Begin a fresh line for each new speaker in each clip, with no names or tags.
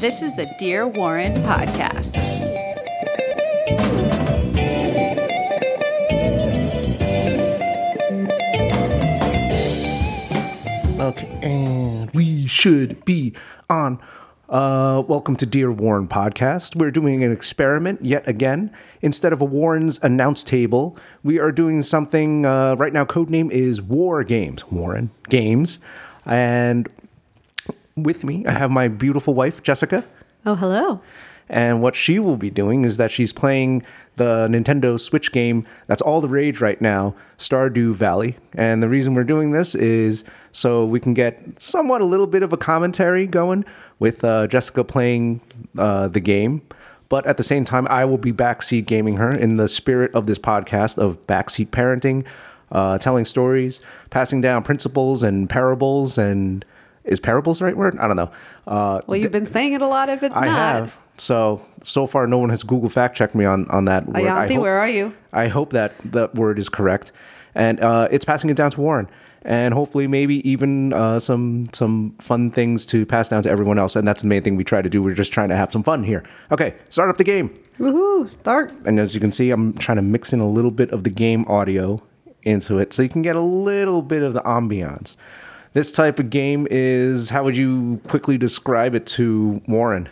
This is the Dear Warren Podcast.
Okay, and we should be on. Uh, welcome to Dear Warren podcast. We're doing an experiment yet again. Instead of a Warren's announce table, we are doing something uh, right now. Code name is War Games. Warren Games, and with me I have my beautiful wife Jessica.
Oh, hello.
And what she will be doing is that she's playing the Nintendo Switch game that's all the rage right now, Stardew Valley. And the reason we're doing this is so we can get somewhat a little bit of a commentary going with uh, Jessica playing uh, the game. But at the same time, I will be backseat gaming her in the spirit of this podcast of backseat parenting, uh, telling stories, passing down principles and parables. And is parables the right word? I don't know. Uh,
Well, you've been saying it a lot. If it's
I
not,
have. So so far, no one has Google fact checked me on on that word. I
Ayanti,
hope,
where are you?
I hope that that word is correct, and uh, it's passing it down to Warren, and hopefully maybe even uh, some some fun things to pass down to everyone else. And that's the main thing we try to do. We're just trying to have some fun here. Okay, start up the game,
Woohoo! Start.
and as you can see, I'm trying to mix in a little bit of the game audio into it, so you can get a little bit of the ambiance. This type of game is how would you quickly describe it to Warren?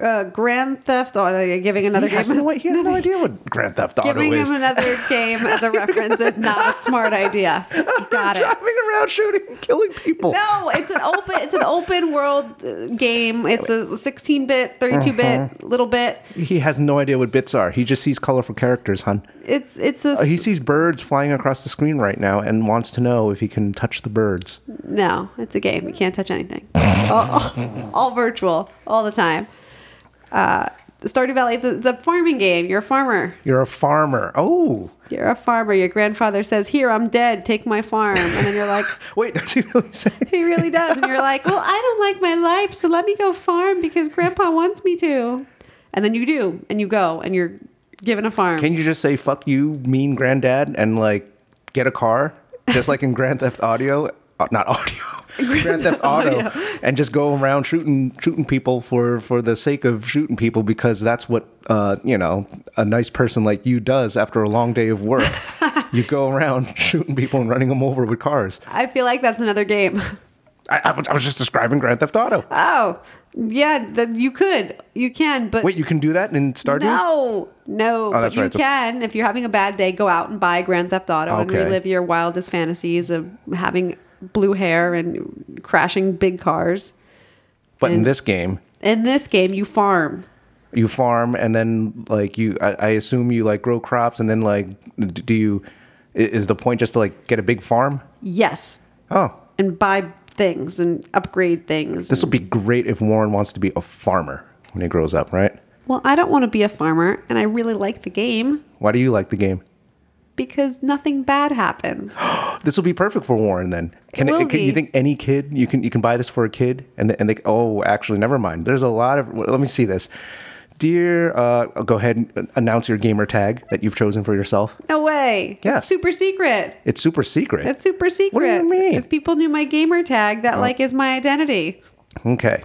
Uh, Grand Theft Auto. Are you giving another
He has
game.
no, he has no idea what Grand Theft Auto
giving
is.
him another game as a reference is not a smart idea. Got it.
Driving around shooting and killing people.
No, it's an open. It's an open world uh, game. It's a 16-bit, 32-bit, little bit.
He has no idea what bits are. He just sees colorful characters, hun.
It's it's a
Uh, He
s-
sees birds flying across the screen right now and wants to know if he can touch the birds.
no. It's a game. You can't touch anything. all, all, all virtual, all the time. Uh, Stardew Valley. It's a, it's a farming game. You're a farmer.
You're a farmer. Oh.
You're a farmer. Your grandfather says, Here, I'm dead. Take my farm. And then you're like,
Wait, does he really say?
He really does. And you're like, Well, I don't like my life. So let me go farm because grandpa wants me to. And then you do. And you go. And you're given a farm.
Can you just say fuck you, mean granddad, and like get a car? Just like in Grand Theft Audio. Uh, not audio. Grand, Theft Auto,
Audio.
and just go around shooting shooting people for for the sake of shooting people because that's what uh, you know a nice person like you does after a long day of work. you go around shooting people and running them over with cars.
I feel like that's another game.
I, I, was, I was just describing Grand Theft Auto.
Oh, yeah. That you could. You can. But
Wait, you can do that in Stardew?
no, no.
that's
but you
right, it's a-
can, if you're having a bad day, go out and buy Grand Theft Auto and
Okay.
relive your wildest fantasies of having blue hair and crashing big cars.
But in this game,
In this game, you farm.
you farm and then like you I, I assume you like grow crops and then like d- do you i- is the point just to like get a big farm
Yes.
oh
And buy things and upgrade things.
this will be great if warren wants to be a farmer when he grows up right
well, I don't want to be a farmer, and I really like the game
why do you like the game
because nothing bad happens.
this will be perfect for warren then can,
will
can you
be.
think any kid you can you can buy this for a kid and they- and they oh actually never mind there's a lot of let me see this dear uh go ahead and announce your gamer tag that you've chosen for yourself
No way.
Yes.
It's super secret.
it's super secret
It's super secret.
mean? Oh.
If people knew my gamer tag, that like is my identity.
Okay.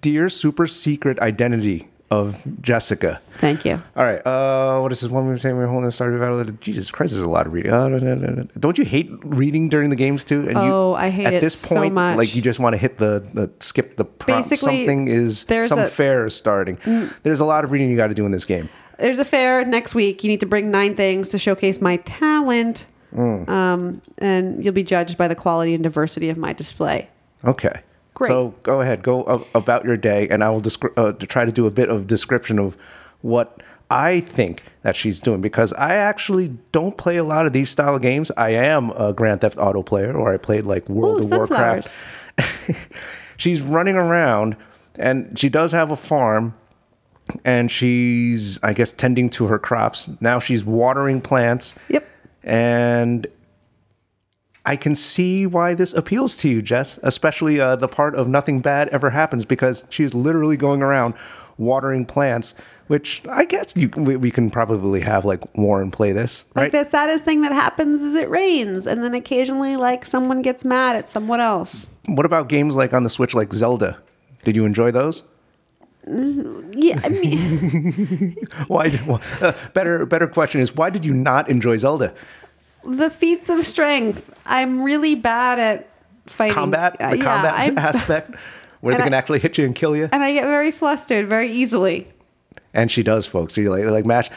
Dear super secret identity of Jessica.
Thank you.
All right. Uh, what is this one we were saying? We were holding the Stardew Valley. Jesus Christ, there's a lot of reading. Uh, da, da, da, da. Don't you hate reading during the games too? And
Oh, I hate
at
it
this
so
point,
much.
like you just want to hit the, the skip the prompt.
Basically,
Something is
there's
some
a- Mm.
fair is starting. There's a lot of reading you got to do in this game.
There's a fair next week. You need to bring nine things to showcase my talent.
Mm.
Um, and you'll be judged by the quality and diversity of my display.
Okay.
Great.
So go ahead, go a- about your day, and I will descri- uh, to try to do a bit of description of what I think that she's doing because I actually don't play a lot of these style of games. I am a Grand Theft Auto player, or I played like World
Ooh,
of Warcraft. she's running around, and she does have a farm, and she's I guess tending to her crops. Now she's watering plants.
Yep.
And I can see why this appeals to you, Jess, especially uh, the part of nothing bad ever happens because she is literally going around watering plants, which I guess you, we, we can probably have like Warren play this, right?
Like the saddest thing that happens is it rains, and then occasionally, like someone gets mad at someone else.
What about games like on the Switch, like Zelda? Did you enjoy those?
Yeah, I mean,
Why? did- wh- uh, better better question is why did you not enjoy Zelda?
the feats of strength. I'm really bad at fighting
Combat,
Uh,
the
yeah,
combat
I'm-
aspect, where they
And
can
I-
actually hit you and kill you.
and I get very flustered very easily.
And she does, folks. She like like match.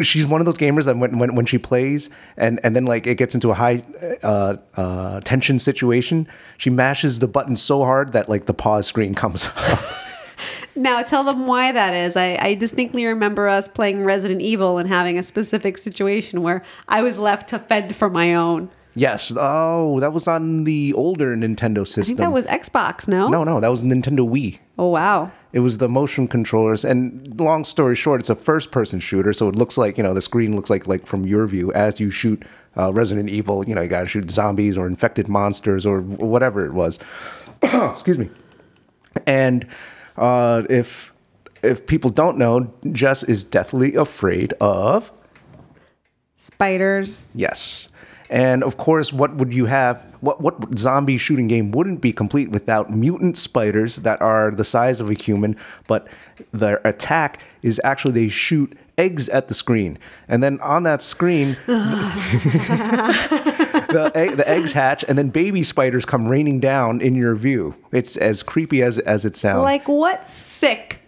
She's one of those gamers that when when, when she plays and, and then like it gets into a high uh, uh, tension situation, she mashes the button so hard that like the pause screen comes up.
Now tell them why that is. I, I distinctly remember us playing Resident Evil and having a specific situation where I was left to fend for my own.
yes. Oh, that was on the older Nintendo system.
I think that was Xbox. No.
no, no, that was Nintendo Wii.
Oh wow.
It was the motion controllers, and long story short, it's a first-person shooter, so it looks like you know the screen looks like like from your view as you shoot uh, Resident Evil. You know, you gotta shoot zombies or infected monsters or wh- whatever it was. Excuse me. And uh, if if people don't know, Jess is deathly afraid of
Spiders.
Yes. And of course, what would you have? What what zombie shooting game wouldn't be complete without mutant spiders that are the size of a human, but their attack is actually they shoot eggs at the screen, and then on that screen, the, egg, the eggs hatch, and then baby spiders come raining down in your view. It's as creepy as as it sounds.
Like what sick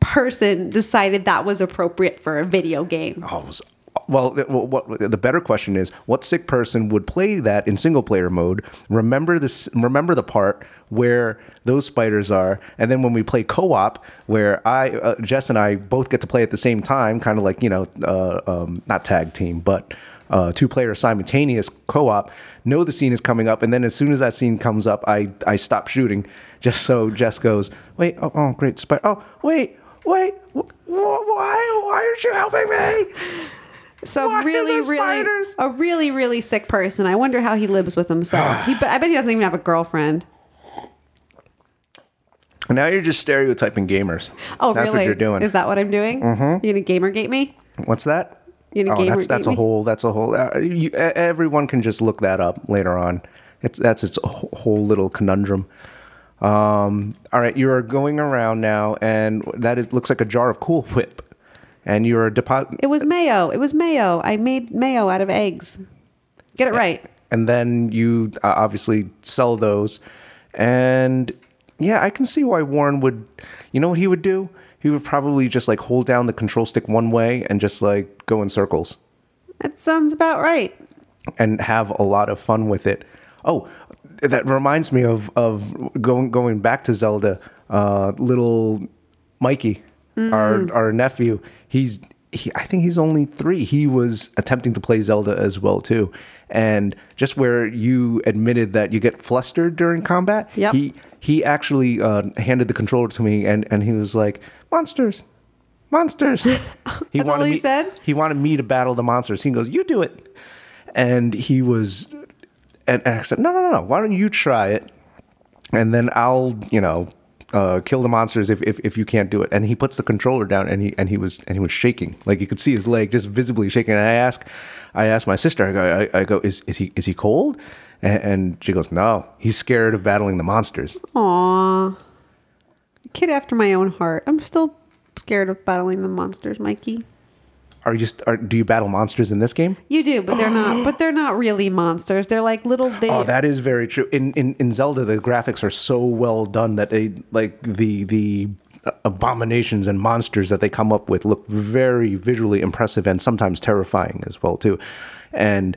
person decided that was appropriate for a video game?
Oh, it was- well, th- well, what the better question is, what sick person would play that in single player mode? Remember this. Remember the part where those spiders are, and then when we play co op, where I, uh, Jess, and I both get to play at the same time, kind of like you know, uh, um, not tag team, but uh, two player simultaneous co op. Know the scene is coming up, and then as soon as that scene comes up, I I stop shooting, just so Jess goes, wait, oh, oh great spider, oh wait. Wait, wh- wh- why? Why aren't you helping me?
So
Why are
really,
there
really,
spiders?
a really, really sick person. I wonder how he lives with himself. He, I bet he doesn't even have a girlfriend.
And now you're just stereotyping gamers.
Oh,
that's
really?
what you're doing.
Is that what I'm doing? Mm-hmm. You're gonna gamergate me?
What's that?
You gonna
oh, that's
gamergate
that's a
me?
whole that's a whole. Uh, you, e- everyone can just look that up later on. It's that's its wh- whole little conundrum. Um, all right, you are going around now, and that is looks like a jar of Cool Whip, and you're depo-
It was mayo. It was mayo. I made mayo out of eggs. Get it right.
and then you uh, obviously sell those and yeah i can see why warren would you know what he would do he would probably just like hold down the control stick one way and just like go in circles
That sounds about right.
and have a lot of fun with it oh that reminds me of of going going back to zelda uh little mikey our our nephew he's he, I think he's only three. He was attempting to play Zelda as well too, and just where you admitted that you get flustered during combat,
Yep.
he he actually uh, handed the controller to me, and and he was like, "Monsters, monsters." He
all he
me,
said?
He wanted me to battle the monsters. He goes, "You do it," and he was, and, and I said, "No, no, no, no. Why don't you try it?" and then I'll, you know, uh, kill the monsters if, if if you can't do it. And he puts the controller down, and he and he was and he was shaking, like you could see his leg just visibly shaking. And I ask, I ask my sister, I go, I, I go, is is he is he cold? And, and she goes, no, he's scared of battling the monsters.
Aw. Kid after my own heart. I'm still scared of battling the monsters, Mikey.
Are you st- are, do you battle monsters in this game?
You do, but they're not. But they're not really monsters. They're like little. They,
Oh, that is very true. In, in in Zelda, the graphics are so well done that they like the the uh, abominations and monsters that they come up with look very visually impressive and sometimes terrifying as well too. And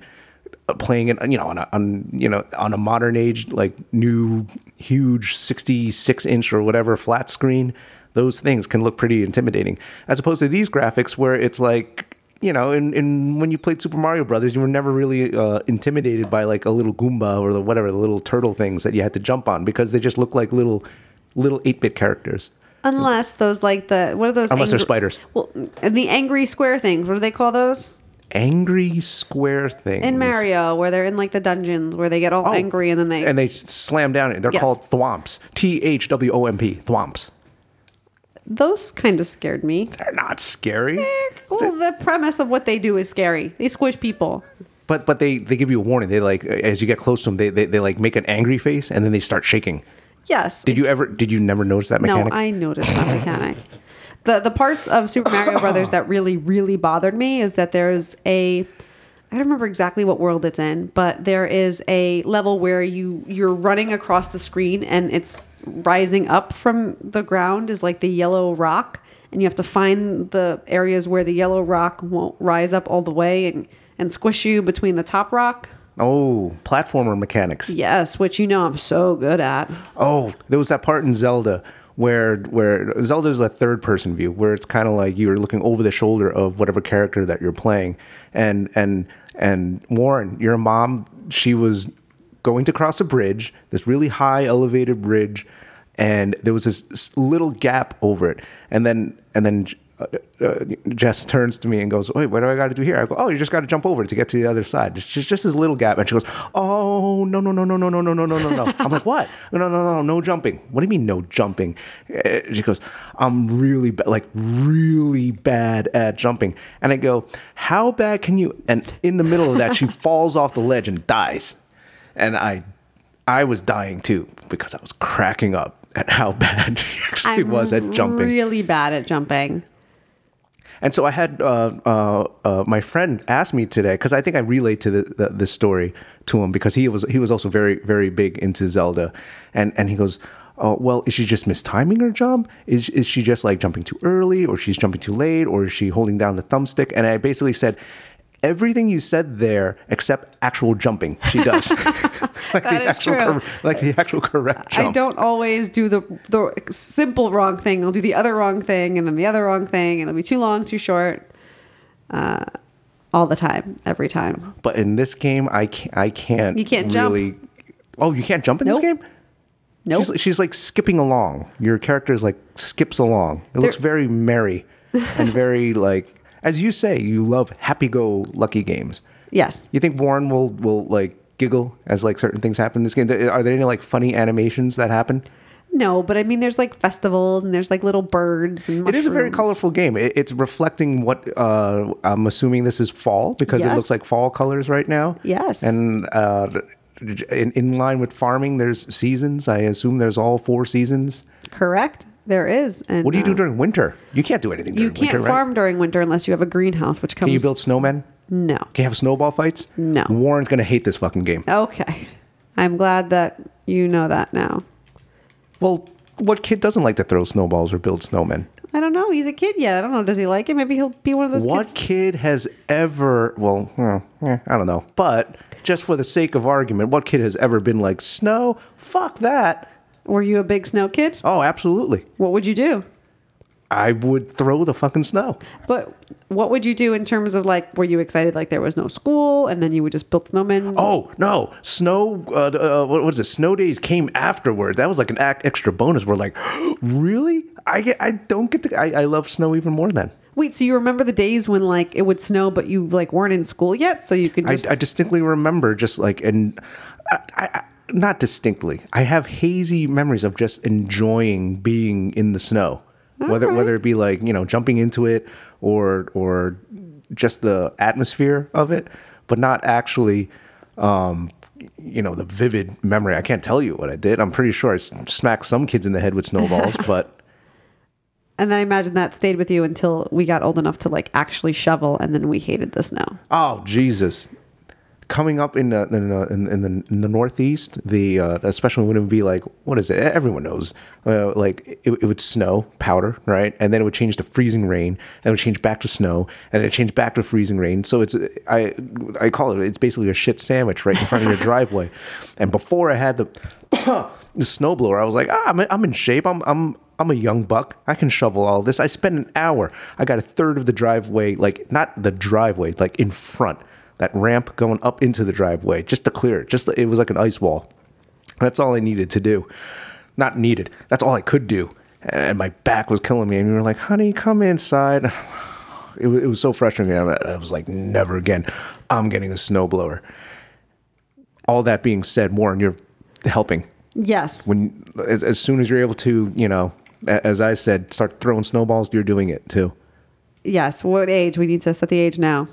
uh, playing it, you know, on a on you know on a modern age like new huge sixty six inch or whatever flat screen, those things can look pretty intimidating. As opposed to these graphics where it's like you know, in, in when you played Super Mario Brothers, you were never really uh, intimidated by like a little Goomba or the whatever the little turtle things that you had to jump on because they just look like little little eight bit characters.
unless those like the what are those?
Unless they're
angry-
spiders.
Well, and the angry square things. What do they call those
Angry square things
in Mario? Where they're in like the dungeons where they get all
Oh,
angry and then they.
and they s- slam down. it. They're
Yes.
called thwomps. T H W O M P thwomps.
those kind of scared me.
They're not scary,
Well, the premise of what they do is scary. They squish people.
but but they they give you a warning. They like as you get close to them, they they, they like make an angry face and then they start shaking.
Yes.
Did you ever? Did you never notice that
no,
mechanic?
I noticed that mechanic. The the parts of Super Mario Brothers that really really bothered me is that there's a I don't remember exactly what world it's in, but there is a level where you you're running across the screen and it's rising up from the ground is like the yellow rock and you have to find the areas where the yellow rock won't rise up all the way and and squish you between the top rock.
oh, platformer mechanics.
Yes, which you know I'm so good at.
Oh, there was that part in Zelda where where Zelda's a third person view where it's kind of like you're looking over the shoulder of whatever character that you're playing. And and and Warren, your mom, she was going to cross a bridge, this really high elevated bridge, and there was this s- little gap over it. And then and then uh, uh, Jess turns to me and goes, "Wait, what do I got to do here?" I go, "Oh, you just got to jump over to get to the other side." It's just, just this little gap, and she goes, "Oh, no, no, no, no, no, no, no, no, no, no, no." I'm like, "What? No, no, no, no, no jumping. What do you mean no jumping?" Eh, She goes, "I'm really ba- like really bad at jumping," and I go, "How bad can you?" And in the middle of that, she falls off the ledge and dies, and I, I was dying too because I was cracking up. At how bad she actually was at jumping.
Really bad at jumping.
And so I had uh, uh, uh, my friend ask me today because I think I relate to the, the, this story to him because he was he was also very very big into Zelda, and and he goes. Oh, well, is she just mistiming her job? Is, is she just like jumping too early or she's jumping too late or is she holding down the thumbstick? And I basically said, everything you said there except actual jumping, she does. like
That
the
is
actual
true.
cor- like the actual correct jump.
I don't always do the the simple wrong thing. I'll do the other wrong thing and then the other wrong thing, and it'll be too long, too short, uh, all the time, every time.
But in this game, I can't. I can't.
You can't jump.
really, Oh, you can't jump in this
Nope.
game.
Nope.
She's, she's like skipping along. Your character is like skips along. It looks very merry and very like, as you say, you love happy-go-lucky games.
Yes,
You think Warren will will like giggle as like certain things happen in this game? Th- Are there any like funny animations that happen?
no, but I mean, there's like festivals and there's like little birds and
It is a very
mushrooms.
colorful game. It, it's reflecting what uh, I'm assuming this is fall because it
Yes.
looks like fall colors right now.
Yes.
And uh, in, in line with farming, there's seasons. I assume there's all four seasons.
Correct. There is. And
What do you do
uh,
during winter? You can't do anything during
you can't
winter, right?
farm during winter unless you have a greenhouse, which comes.
Can you build snowmen?
No.
Can you have snowball fights?
No.
Warren's going to hate this fucking game.
Okay. I'm glad that you know that now.
Well, what kid doesn't like to throw snowballs or build snowmen?
I don't know. He's a kid yet. I don't know. Does he like it? Maybe he'll be one of those
What
kids
kid has ever, well, hmm, eh, I don't know, but just for the sake of argument, what kid has ever been like, snow? Fuck that.
Were you a big snow kid?
Oh, absolutely.
What would you do?
I would throw the fucking snow.
But what would you do in terms of like, were you excited like there was no school and then you would just build snowmen?
Oh, no. Snow, uh, d- uh, what was it? Snow days came afterward. That was like an act extra bonus. We're like, really? I get, I don't get to, I, I love snow even more then.
Wait, so you remember the days when like it would snow but you like weren't in school yet? So you could
I,
just.
I distinctly remember just like and I, I, I- not distinctly. I have hazy memories of just enjoying being in the snow, whether
right.
whether it be like you know jumping into it or or just the atmosphere of it, but not actually. Um, you know the vivid memory. I can't tell you what I did. I'm pretty sure I s- smacked some kids in the head with snowballs, but
and then I imagine that stayed with you until we got old enough to like actually shovel and then we hated the snow.
Oh Jesus! Coming up in the in the, in, in the, in the Northeast, the uh, especially when it would be like what is it? E-, Everyone knows, uh, like it, it would snow, powder, right, and then it would change to freezing rain, and it would change back to snow, and it changed back to freezing rain. So it's I I call it it's basically a shit sandwich right in front of your driveway. And before I had the the snowblower, I was like, ah, I'm I'm in shape. I'm I'm I'm a young buck. I can shovel all this. I spent an hour. I got a third of the driveway, like not the driveway, like in front, that ramp going up into the driveway, just to clear it. Just it was like an ice wall. That's all I needed to do. Not needed. That's all I could do. And my back was killing me. And we were like, honey, come inside. It was, it was so frustrating. I I was like, never again. I'm getting a snowblower. All that being said, Warren, you're helping
Yes.
when as, as soon as you're able to, you know, a- as I said, start throwing snowballs, you're doing it too.
Yes. What age? We need to set the age now.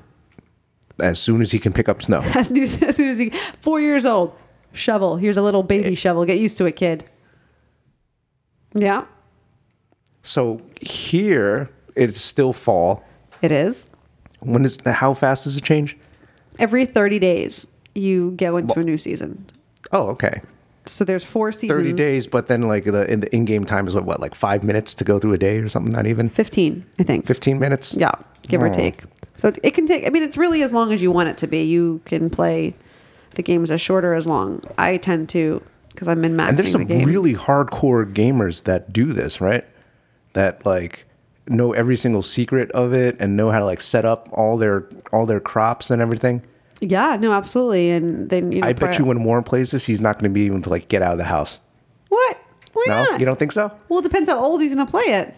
As soon as he can pick up snow.
As, new, as soon as you. Four years old. Shovel. Here's a little baby shovel. Get used to it, kid. Yeah,
So here it's still fall.
it is.
When is how fast does it change?
Every 30 days, you go into a new season.
Oh, okay.
So there's four seasons.
Thirty days, but then like the in the in-game time is what, what like five minutes to go through a day or something. Not even
15, I think.
fifteen minutes.
Yeah, give or
Oh.
take. So it- it can take. I mean, it's really as long as you want it to be. You can play the games as short or as long. I tend to because I'm in maxing
And there's
the
some
game.
really hardcore gamers that do this, right? That like know every single secret of it and know how to like set up all their all their crops and everything.
yeah, no, absolutely. And then you know,
I bet
prior-
you when Warren plays this, he's not going to be able to like get out of the house.
what? Why
No,
not?
you don't think so?
Well, it depends how old he's gonna play it.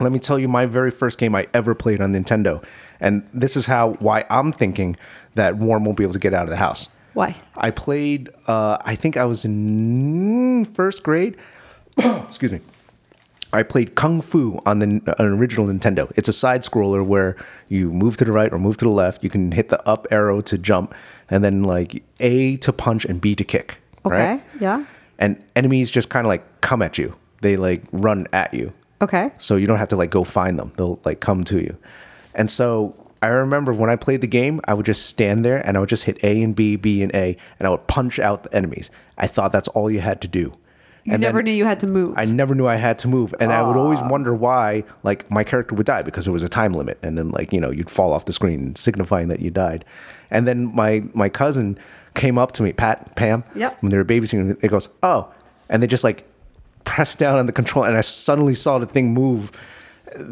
Let me tell you my very first game I ever played on Nintendo, and this is how why I'm thinking that Warren won't be able to get out of the house.
Why?
I played. Uh, I think I was in first grade. Excuse me. I played Kung Fu on the an original Nintendo. It's a side scroller where you move to the right or move to the left. You can hit the up arrow to jump, and then like A to punch and B to kick.
Okay.
Right?
Yeah.
And enemies just kind of like come at you. They like run at you
Okay.
so you don't have to like go find them they'll like come to you and so i remember when i played the game i would just stand there and i would just hit a and b b and a and i would punch out the enemies i thought that's all you had to do
You never knew you had to move. Ah.
I never knew I had to move, and I would always wonder why, like my character would die because there was a time limit, and then like you know you'd fall off the screen, signifying that you died. And then my my cousin came up to me, Pat, Pam,
Yep.
when they were babysitting, it goes, oh, and they just like pressed down on the control, and I suddenly saw the thing move.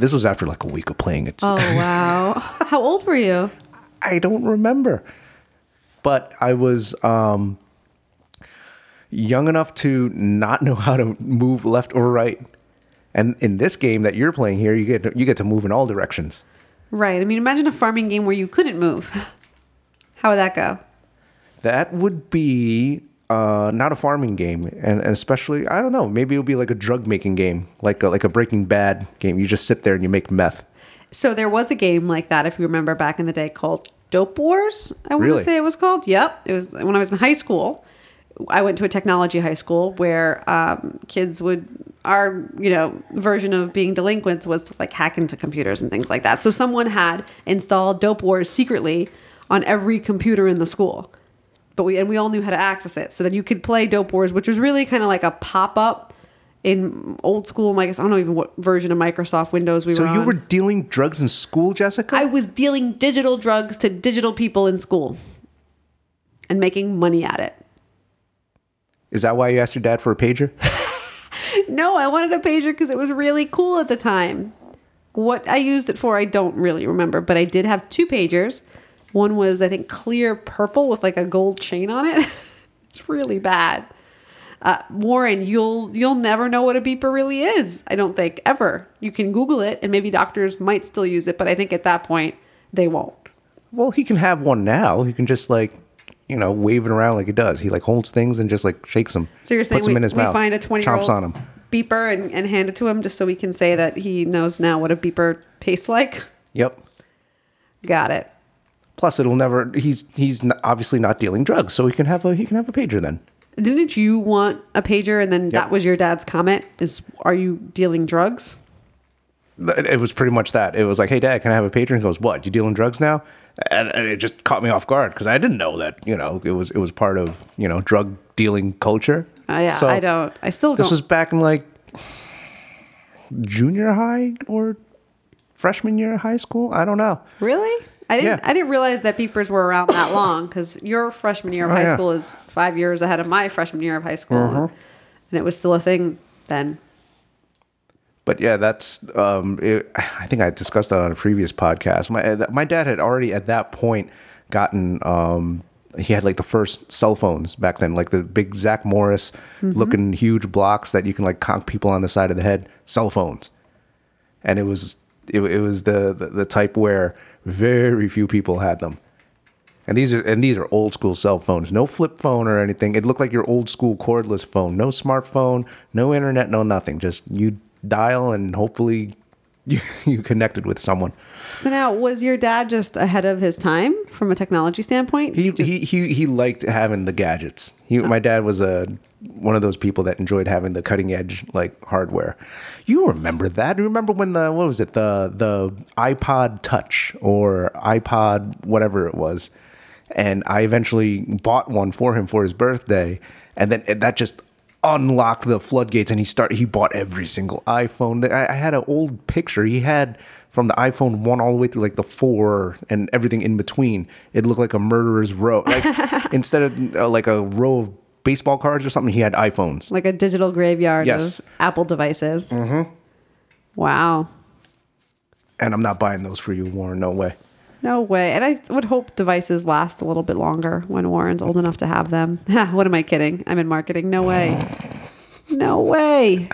This was after like a week of playing it.
oh wow! how old were you?
I don't remember. But I was um, young enough to not know how to move left or right. And in this game that you're playing here, you get to, you get to move in all directions.
Right. I mean, imagine a farming game where you couldn't move. How would that go?
That would be uh, not a farming game, and, and especially I don't know. Maybe it'll be like a drug making game, like a, like a Breaking Bad game. You just sit there and you make meth.
So there was a game like that, if you remember back in the day, called Dope Wars. I want
Really?
to say it was called. Yep, it was when I was in high school. I went to a technology high school where um, kids would our you know version of being delinquents was to like hack into computers and things like that. So someone had installed Dope Wars secretly on every computer in the school, but we and we all knew how to access it. So then you could play Dope Wars, which was really kind of like a pop up. In old school, like I don't know even what version of Microsoft Windows we
So
were.
you
on.
were dealing drugs in school, Jessica?
I was dealing digital drugs to digital people in school and making money at it.
Is that why you asked your dad for a pager?
No, I wanted a pager because it was really cool at the time. What I used it for, I don't really remember, but I did have two pagers. One was, I think, clear purple with like a gold chain on it. it's really bad. Uh, Warren, you'll you'll never know what a beeper really is. I don't think ever. You can Google it, and maybe doctors might still use it, but I think at that point they won't.
Well, he can have one now. He can just like, you know, wave it around like he does. He like holds things and just like shakes them.
So you're saying
puts
we,
them in his
we
mouth,
find a 20 year old
chomps on him.
beeper and, and hand it to him just so we can say that he knows now what a beeper tastes like?
Yep.
Got it.
Plus, it'll never. He's he's n obviously not dealing drugs, so he can have a he can have a pager then.
Didn't you want a pager and then that was your dad's comment is are you dealing drugs?
Th- It was pretty much that. It was like, hey, dad, can I have a pager? And he goes, what? You dealing drugs now? And, and it just caught me off guard because I didn't know that. You know, it was it was part of you know drug dealing culture.
Uh, yeah,
So
I don't. I still
This
don't.
was back in like junior high or freshman year of high school. I don't know.
really? I didn't.
Yeah.
I didn't realize that beepers were around that long because your freshman year of
Oh,
high
yeah. Mm-hmm.
school is five years ahead of my freshman year of high school, and it was still a thing then.
But yeah, that's. Um, it, I think I discussed that on a previous podcast. My my dad had already at that point gotten. Um, he had like the first cell phones back then, like the big Zach Morris looking huge blocks that you can like conk people on the side of the head. Cell phones, and it was it, it was the, the the type where very few people had them. And these are and these are old school cell phones. No flip phone or anything. It looked like your old school cordless phone. No smartphone, no internet, no nothing. Just you dial and hopefully you, you connected with someone.
So now, was your dad just ahead of his time from a technology standpoint?
He, he he he liked having the gadgets. He, my dad was a one of those people that enjoyed having the cutting edge like hardware. You remember that? You remember when the what was it the the iPod Touch or iPod whatever it was, and I eventually bought one for him for his birthday, and then it- that just unlocked the floodgates and he start he bought every single iphone That- I, I had an old picture he had from the iphone 1 all the way through like the 4 and everything in between it looked like a murderer's row like instead of uh, like a row of baseball cards or something he had iphones
like a digital graveyard
Yes.
of Apple devices. Mm-hmm. Wow.
and i'm not buying those for you warren no way
No way. And I would hope devices last a little bit longer when Warren's old enough to have them. Ha, what am I kidding? I'm in marketing. No way. No way.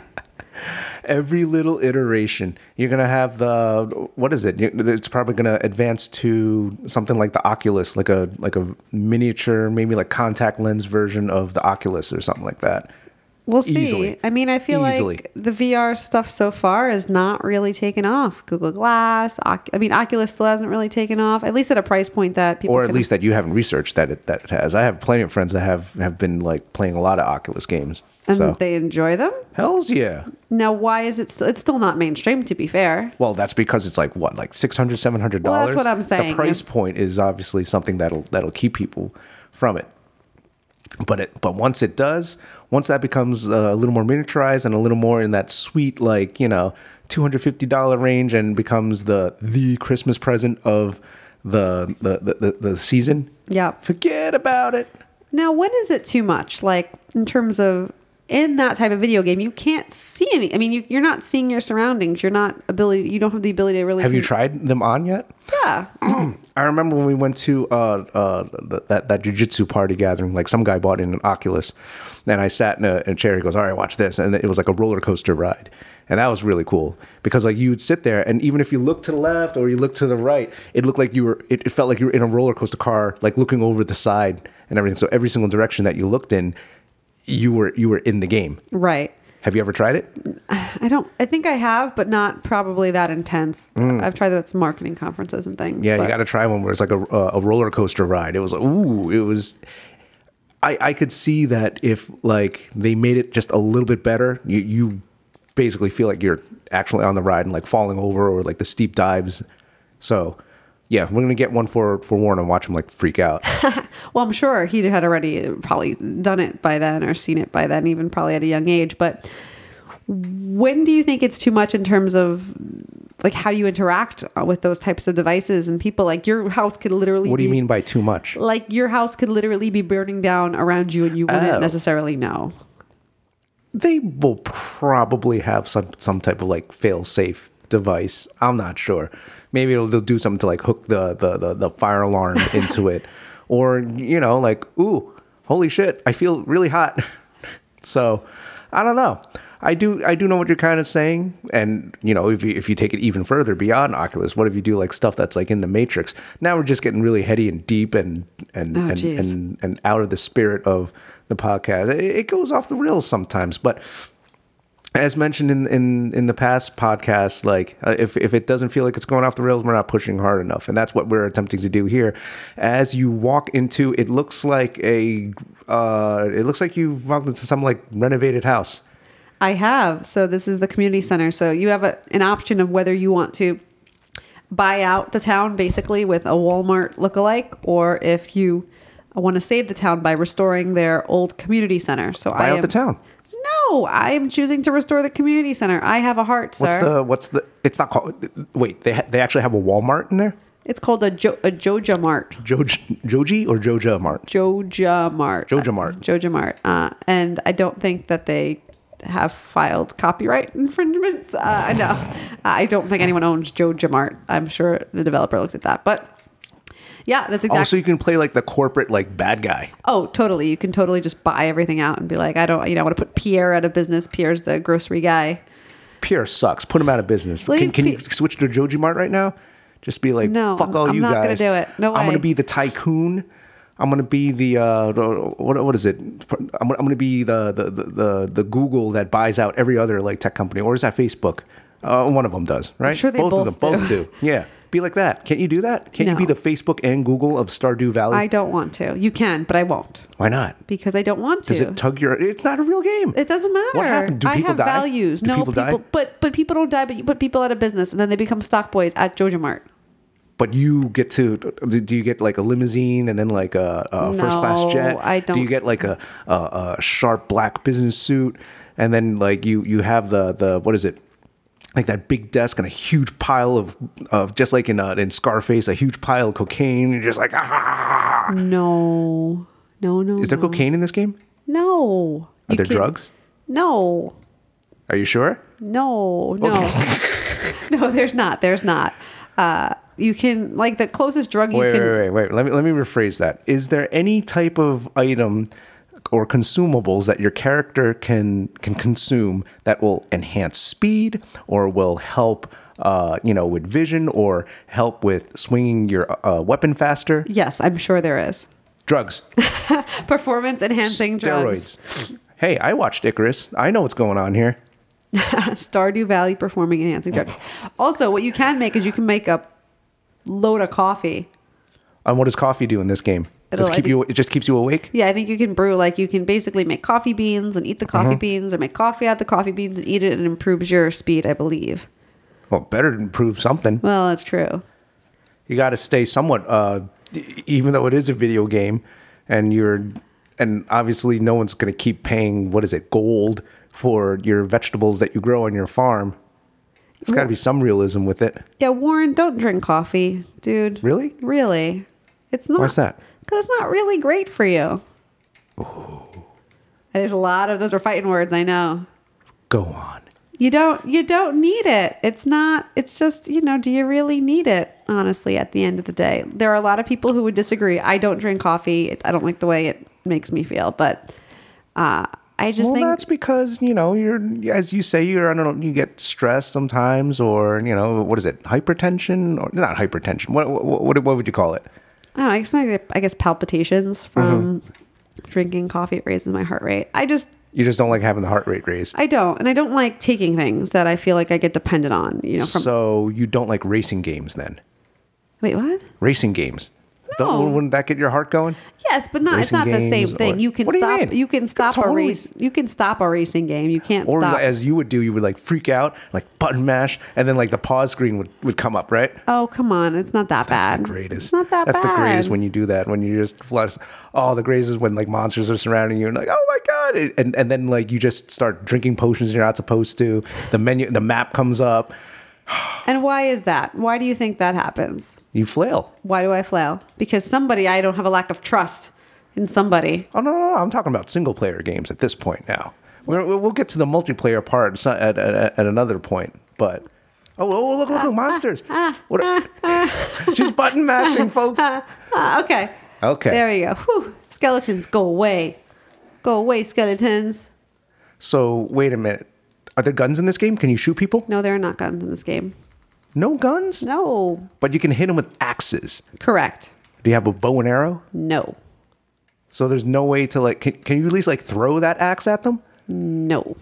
every little iteration you're gonna have the what is it You- it's probably gonna advance to something like the oculus like a like a miniature maybe like contact lens version of the oculus or something like that
We'll see.
Easily.
I mean, I feel
Easily.
like the VR stuff so far is not really taken off. Google Glass, Oc- I mean, Oculus still hasn't really taken off, at least at a price point that people
or at
can-
least that you haven't researched that it that it has. I have plenty of friends that have have been like playing a lot of Oculus games.
and
so
they enjoy them.
hell's yeah.
Now, why is it? St- it's still not mainstream, to be fair.
Well, that's because it's like what, like 600 700
Well, that's
dollars.
what I'm saying.
The price point is obviously something that'll that'll keep people from it. But it but once it does, once that becomes uh, a little more miniaturized and a little more in that sweet like you know two hundred fifty dollar range and becomes the the Christmas present of the the the, the, the season.
Yeah.
Forget about it.
Now, when is it too much? Like in terms of in that type of video game, you can't see any. I mean, you, you're not seeing your surroundings. You're not ability. You don't have the ability to really.
Have you tried them on yet?
Yeah.
Mm-hmm. I remember when we went to uh, uh, th- that that jujitsu party gathering. Like some guy bought in an Oculus, and I sat in a, in a chair. He goes, "All right, watch this," and it was like a roller coaster ride, and that was really cool because like you would sit there, and even if you looked to the left or you looked to the right, it looked like you were. It, it felt like you were in a roller coaster car, like looking over the side and everything. So every single direction that you looked in, you were you were in the game.
Right.
Have you ever tried it?
I don't. I think I have, but not probably that intense. I've tried that at some marketing conferences and things.
Mm. Yeah,
but
you got to try one where it's like a, a a roller coaster ride. It was like, ooh, it was. I I could see that if like they made it just a little bit better, you you basically feel like you're actually on the ride and like falling over or like the steep dives. So, yeah, we're gonna get one for for Warren and watch him like freak out.
Well, I'm sure he had already probably done it by then or seen it by then, even probably at a young age. But when do you think it's too much in terms of like how you interact with those types of devices and people? Like your house could literally.
What do you
be-
mean by too much?
Like your house could literally be burning down around you, and you wouldn't
Oh.
necessarily know.
They will probably have some some type of like fail safe device. I'm not sure. Maybe it'll, they'll do something to like hook the the the, the fire alarm into it, or you know, like ooh, holy shit, I feel really hot. so, I don't know. I do I do know what you're kind of saying, and you know if you, if you take it even further beyond Oculus, what if you do like stuff that's like in the Matrix? Now we're just getting really heady and deep and and
Oh,
and,
geez.
and and out of the spirit of the podcast. It, it goes off the rails sometimes, but as mentioned in in in the past podcast, like uh, if if it doesn't feel like it's going off the rails, we're not pushing hard enough, and that's what we're attempting to do here. As you walk into, it looks like a uh, it looks like you've walked into some like renovated house.
I have. So this is the community center. So you have a, an option of whether you want to buy out the town basically with a Walmart lookalike, or if you want to save the town by restoring their old community center. So I
Buy out
am-
the town.
No, I am choosing to restore the community center. I have a heart, sir.
What's the what's the? It's not called. Wait, they ha- they actually have a Walmart in there.
it's called a, jo- a Joja Mart.
Joj Joji or Joja Mart.
Joja Mart.
Joja Mart.
Joja Mart. Uh, and I don't think that they have filed copyright infringements. Uh, no, I don't think anyone owns Joja Mart. I'm sure the developer looked at that. But yeah, that's
Oh, so
exactly.
you can play like the corporate like bad guy.
Oh, totally. You can totally just buy everything out and be like, I don't, you know, I want to put Pierre out of business. Pierre's the grocery guy.
Pierre sucks. Put him out of business.
Leave
Can, can you
Pe-
switch to Joji Mart right now? Just be like,
No,
fuck all
I'm
you
not gonna
guys.
do it. No
I'm
way.
gonna be the tycoon. I'm gonna be the uh, what? What is it? I'm, gonna- I'm gonna be the the, the the the Google that buys out every other like tech company, or is that Facebook? Uh, one of them does, right?
sure they
both, of
both
them
do.
both do. Yeah. Be like that. Can't you do that? Can't you be
No.
the Facebook and Google of Stardew Valley?
I don't want to. You can, but I won't
Why not?
because I don't want to.
Does it tug your? It's not a real game.
It doesn't matter.
What happened? Do
I
people
have
die?
values.
Do
no
people die?
but but people don't die. But you put people out of business, and then they become stock boys at Jojo Mart.
But you get to do you get like a limousine and then like a, a first
No,
class jet?
I
Do
don't-
you get like a, a a sharp black business suit and then like you you have the the what is it? Like that big desk and a huge pile of of just like in uh, in Scarface, a huge pile of cocaine. You're just like ah.
No, no, no.
Is there
no.
cocaine in this game? Are
No. Mm-hmm. You
there
can't-
drugs?
No,
Are you sure?
no, no, no. There's not. There's not. Uh, you can like the closest drug you
Wait,
can.
wait, wait, wait. Let me let me rephrase that. Is there any type of item or consumables that your character can can consume that will enhance speed or will help uh, you know with vision or help with swinging your uh, weapon faster?
Yes, I'm sure there is
Drugs,
performance enhancing drugs.
steroids. Hey, I watched Icarus. I know what's going on here.
Stardew Valley performing enhancing drugs. also, what you can make is you can make a load of coffee.
And what does coffee do in this game?
It'll-
Does it keep
I
you. It just keeps you awake.
Yeah, I think you can brew like you can basically make coffee beans and eat the
Uh-huh.
coffee beans, or make coffee out of the coffee beans and eat it, and it improves your speed, I believe.
Well, better improve something.
Well, that's true.
you got to stay somewhat uh e- even though it is a video game and you're and obviously no one's going to keep paying what is it gold for your vegetables that you grow on your farm there's got to be some realism with it
Yeah, Warren, don't drink coffee, dude.
Really?
Really? It's not.
Why's that?
Because it's not really great for you. There's a lot of those are fighting words. I know.
go on
You don't. You don't need it. It's not. It's just you know. Do you really need it? Honestly, at the end of the day, there are a lot of people who would disagree. I don't drink coffee. It, I don't like the way it makes me feel. But uh, I just
well
think
that's because you know you're as you say you're i don't know you get stressed sometimes or you know what is it hypertension or not hypertension what what, what, what would you call it
I don't know. I guess, I get- I guess palpitations from
Mm-hmm.
drinking coffee it raises my heart rate. I just
you just don't like having the heart rate raised
I don't, and I don't like taking things that I feel like I get dependent on. You know, from
so you don't like racing games then
wait, what?
racing games.
No.
Don't, wouldn't that get your heart going?
Yes, but not. It's
Racing
not the same
games
thing.
or-
you can
What do you
stop. You,
mean?
can stop a
Totally.
race. You can stop a racing game. You can't
Or
stop.
as you would do, you would like freak out, like button mash, and then like the pause screen would, would come up, right?
oh come on! It's not that
That's
bad.
the greatest.
It's not that
That's
bad.
the greatest when you do that. When you just flush. Oh, the greatest is when like monsters are surrounding you and like, oh my god! It- And and then like you just start drinking potions you're not supposed to. The menu, the map comes up.
and why is that? Why do you think that happens?
You flail.
Why do I flail? Because somebody I don't have a lack of trust in somebody.
Oh no, no, no, I'm talking about single player games at this point now. We're, we'll get to the multiplayer part so- at, at, at another point, but oh, oh look, look, look, monsters! What? a- She's button mashing, folks.
Ah, okay.
Okay.
There we go. Whew. Skeletons, go away. Go away, skeletons.
So wait a minute. Are there guns in this game? Can you shoot people?
No, there are not guns in this game.
No guns,
No.
but you can hit them with axes.
Correct.
Do you have a bow and arrow?
No.
So there's no way to like. Can, can you at least like throw that axe at them?
No.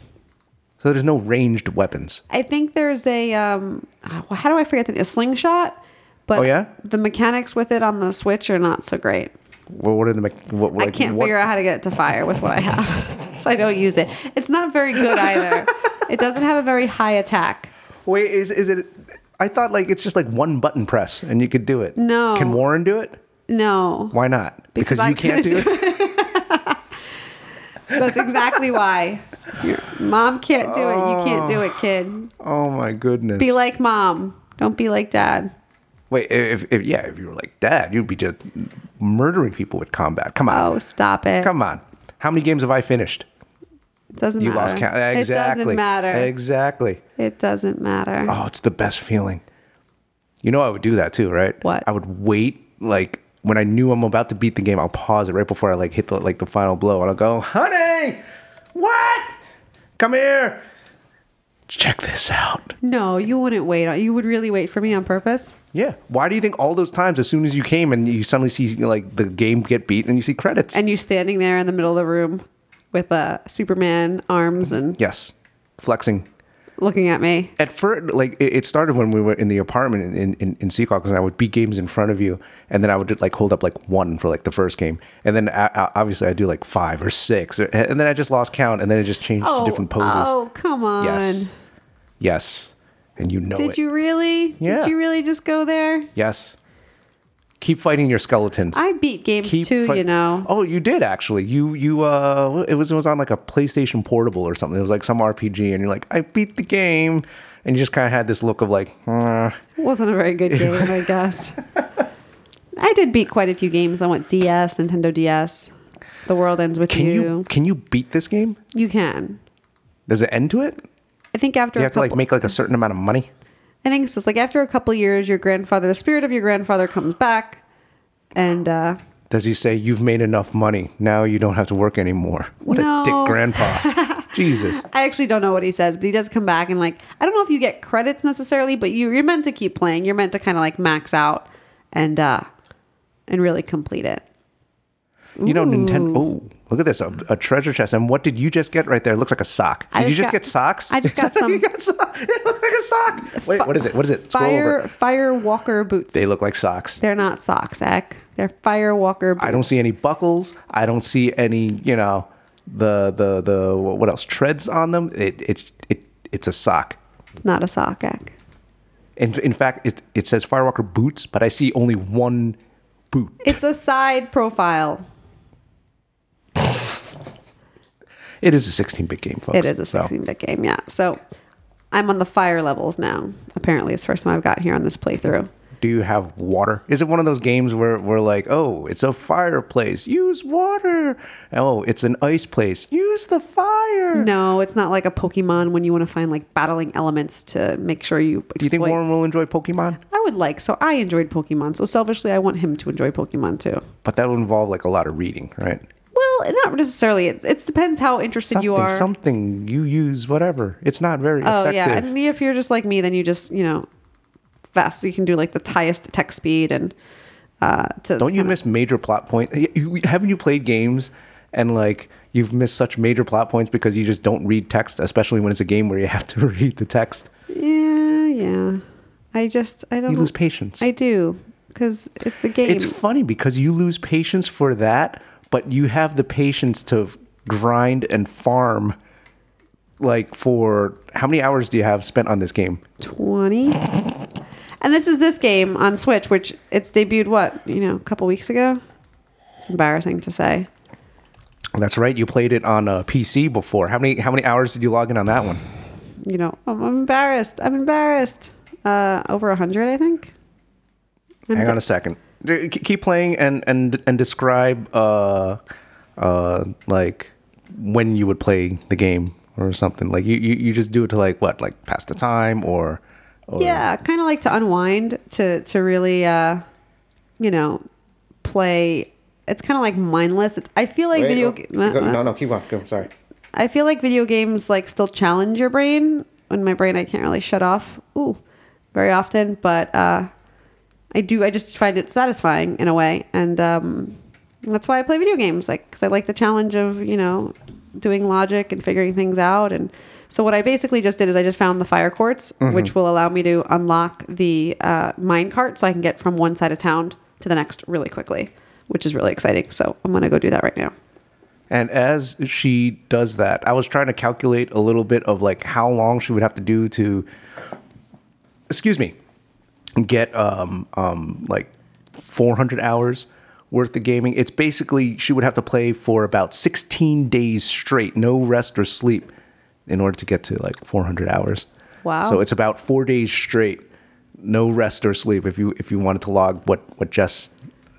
So there's no ranged weapons.
I think there's a um ah, well, how do I forget the a slingshot? But
Oh, yeah?
the mechanics with it on the Switch are not so great.
Well, what are the? mech- What,
I can't figure out how to get it to fire with what I have. so I don't use it. It's not very good either. it doesn't have a very high attack.
Wait, is is it? I thought like it's just like one button press and you could do it.
No.
Can Warren do it?
No.
Why not? Because,
Because I'm
you can't do
gonna
it.
That's exactly why. Your mom can't do it. You can't do it, kid.
Oh my goodness.
Be like mom. Don't be like dad.
Wait, if, if yeah, if you were like dad, you'd be just murdering people with combat. Come on,
Oh, stop it.
come on. How many games have I finished?
It doesn't
You
matter.
lost count. Exactly.
It doesn't matter.
Exactly.
it doesn't matter.
Oh, it's the best feeling. You know, I would do that too, right?
What?
I would wait like when I knew I'm about to beat the game. I'll pause it right before I like hit the like the final blow, and I'll go, "Honey, what? Come here. Check this out."
No, you wouldn't wait. on- You would really wait for me on purpose?
Yeah. Why do you think all those times, as soon as you came, and you suddenly see like the game get beat, and you see credits?
And you standing there in the middle of the room with uh, Superman arms and
yes, flexing.
looking at me.
at first, like it, it started when we were in the apartment in in, in Seahawks, and I would beat games in front of you, and then I would like hold up like one for like the first game, and then I, I, obviously I do like five or six, or, and then I just lost count, and then it just changed
oh,
to different poses.
Oh, come on.
yes, yes, and you know
Did
it.
you really?
Yeah.
Did you really just go there?
yes, keep fighting your skeletons.
I beat games
Keep
too,
fight-
you know.
Oh, you did actually. You you uh, it was it was on like a PlayStation Portable or something. It was like some RPG, and you're like, I beat the game, and you just kind of had this look of like, "Ah."
Wasn't a very good game, I guess. I did beat quite a few games. I went DS, Nintendo DS. The world ends with
Can
you.
you can you beat this game?
You can.
There's an end to it.
I think after
You
a
have to like
couple-
make like a certain amount of money.
I think so. It's like after a couple years, your grandfather, the spirit of your grandfather, comes back, and uh,
Does he say you've made enough money now? You don't have to work anymore. What a dick
No.
grandpa. Jesus.
I actually don't know what he says, but he does come back and like I don't know if you get credits necessarily, but you you're meant to keep playing. You're meant to kind of like max out and uh, and really complete it.
You know Nintendo. Oh, look at this a, a treasure chest. And what did you just get right there? It looks like a sock. Did
I
you
just
just
got-
get socks?
I just got
You
some-
got sock. It looked like a sock. Wait, what is it? What is it? Scroll
Fire
over.
fire walker boots.
They look like socks.
They're not socks, Eck. They're fire walker boots.
I don't see any buckles. I don't see any. You know, the the the what else? Treads on them. It it's it it's a sock.
It's not a sock, Eck.
In, in fact, it, it says Firewalker boots, but I see only one boot.
It's a side profile.
It is a 16-bit game, folks.
It is a
so-
16 bit game, yeah. So I'm on the fire levels now. Apparently, it's the first time I've got here on this playthrough.
Do you have water? Is it one of those games where we're like, oh, it's a fireplace, use water. Oh, it's an ice place, use the fire.
No, it's not like a Pokemon when you want to find like battling elements to make sure you. Exploit.
Do you think Warren will enjoy Pokemon?
I would like. So I enjoyed Pokemon. So selfishly, I want him to enjoy Pokemon too.
But that would involve like a lot of reading, right?
Well, not necessarily. It, it depends how interested
Something,
you are.
something you use, whatever. It's not very
oh yeah,
effective.
and if you're just like me, then you just you know, fast. You can do like the highest text speed and. Uh, to
Don't you
kinda-
miss major plot points? Haven't you played games and like you've missed such major plot points because you just don't read text, especially when it's a game where you have to read the text?
Yeah, yeah. I just I don't.
You lose
know.
patience.
I do because it's a game.
It's funny because you lose patience for that, but you have the patience to grind and farm. Like for how many hours do you have spent on this game?
20 and this is this game on switch which it's debuted what you know a couple weeks ago it's embarrassing to say
That's right. You played it on a PC before. How many how many hours did you log in on that one?
you know i'm, I'm embarrassed i'm embarrassed uh over 100 i think
Hang on a second. D- k- Keep playing and and and describe uh uh like when you would play the game or something. Like you you, you just do it to like what like pass the time or, or
yeah kind of like to unwind to to really uh you know play it's kind of like mindless it's, i feel like
oh,
video uh, ga-
no, keep on. Go, sorry.
I feel like video games like still challenge your brain. When my brain, I can't really shut off. Ooh, very often, but uh, I do. I just find it satisfying in a way, and um, that's why I play video games. Like, because I like the challenge of you know doing logic and figuring things out. And so what I basically just did is I just found the fire courts, which will allow me to unlock the uh, mine cart, so I can get from one side of town to the next really quickly, which is really exciting. So I'm gonna go do that right now.
And as she does that, I was trying to calculate a little bit of like how long she would have to do to, excuse me, get um um like 400 hours worth of gaming. It's basically she would have to play for about 16 days straight, no rest or sleep, in order to get to like 400 hours.
Wow.
So it's about four days straight, no rest or sleep. If you if you wanted to log what what Jess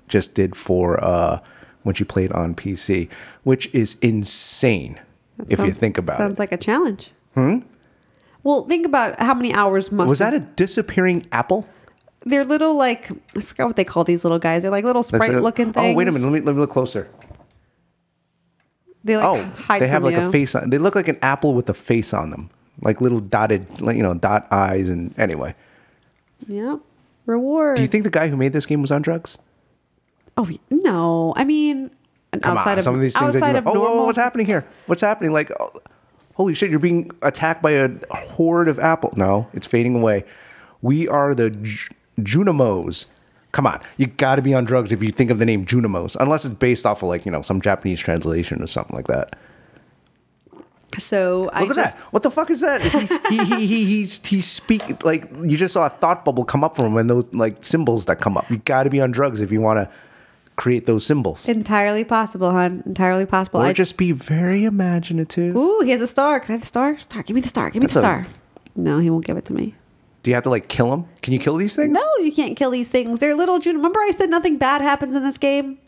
just did for uh when she played on PC, which is insane if you
Sounds-
think about it.
sounds like a challenge. Hmm. Well, think about how many hours must.
Was that a disappearing apple?
They're little like I forgot what they call these little guys. They're like little
That's
sprite
a-
looking
Oh
things.
wait a minute, let me let me look closer.
They like
Oh,
hide
they have
from
like
you.
a face on. They look like an apple with a face on them, like little dotted, like, you know, dot eyes. And anyway,
Yeah. Reward.
do you think the guy who made this game was on drugs?
Oh no, I mean,
Come
outside
on,
of
some of these things. That
outside
you,
of
oh, whoa, whoa,
normal.
what's happening here? What's happening? Like, oh, Holy shit, you're being attacked by a horde of apple. No, it's fading away. We are the J- Junimos. Come on, you got to be on drugs if you think of the name Junimos, unless it's based off of like you know some Japanese translation or something like that.
So I
Look at
just,
that! What the fuck is that? He's, he he he he's he's speaking like you just saw a thought bubble come up from him and those like symbols that come up. You got to be on drugs if you want to create those symbols,
Entirely possible, hon. Entirely possible.
or
I
just be very imaginative.
Ooh, he has a star. Can I have the star? Star. Give me the star. Give me the
That's
star.
a-
No, he won't give it to me.
Do you have to like kill them? Can you kill these things?
No, you can't kill these things. They're little June. Remember, I said nothing bad happens in this game.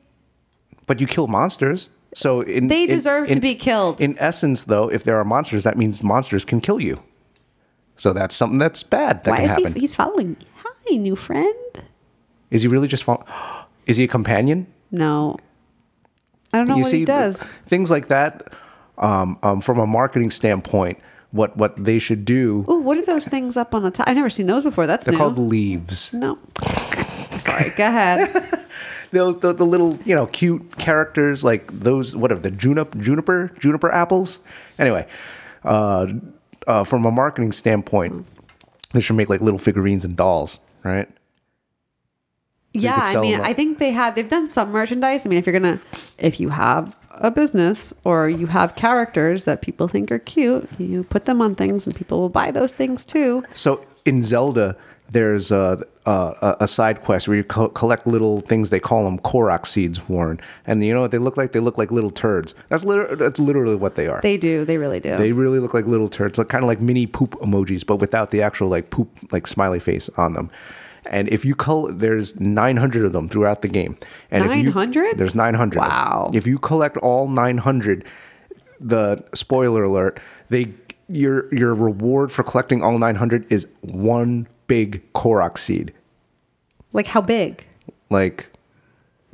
But you kill monsters. So in,
They
in-
deserve to
in-
be killed.
In essence, though, if there are monsters, that means monsters can kill you. So that's something that's bad that
Why
can
is
happen.
he? He's following me. Hi, new friend.
is he really just fall? Is he a companion?
No, I don't know what he
th-
does.
things like that. Um, um, from a marketing standpoint, what what they should do?
Ooh, what are those things up on the top? I've never seen those before. That's
They're
new.
called leaves.
no. Sorry. Go ahead.
Those the, the little you know cute characters like those whatever the juniper juniper juniper apples. Anyway, uh, uh, from a marketing standpoint, they should make like little figurines and dolls, right?
Yeah,
could
I
sell
mean,
them.
I think they have. They've done some merchandise. I mean, if you're gonna, if you have a business or you have characters that people think are cute, you put them on things, and people will buy those things too.
So in Zelda, there's a, a, a side quest where you co- collect little things. They call them Korok seeds, Warren. And you know what they look like? They look like little turds. That's, liter- that's literally what they are. They,
They do. They really do.
really look like little turds, like, kind of like mini poop emojis, but without the actual like poop like smiley face on them. And if you col, there's 900 of them throughout the game. And if you-
900?
There's 900. of them.
Wow.
If you collect all 900, the spoiler alert, they your your reward for collecting all 900 is one big Korok seed,
like how big?
like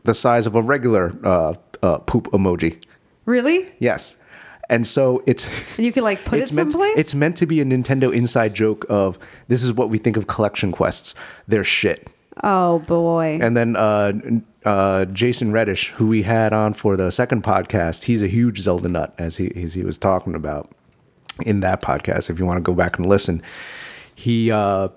the size of a regular uh, uh, poop emoji.
Really?
Yes. And so it's
And you can like put
it's
it
meant
someplace.
it's meant to be a Nintendo inside joke of this is what we think of collection quests. They're shit.
oh boy.
And then uh, uh, Jason Reddish, who we had on for the second podcast, he's a huge Zelda nut, as he as he was talking about in that podcast. If you want to go back and listen, he uh,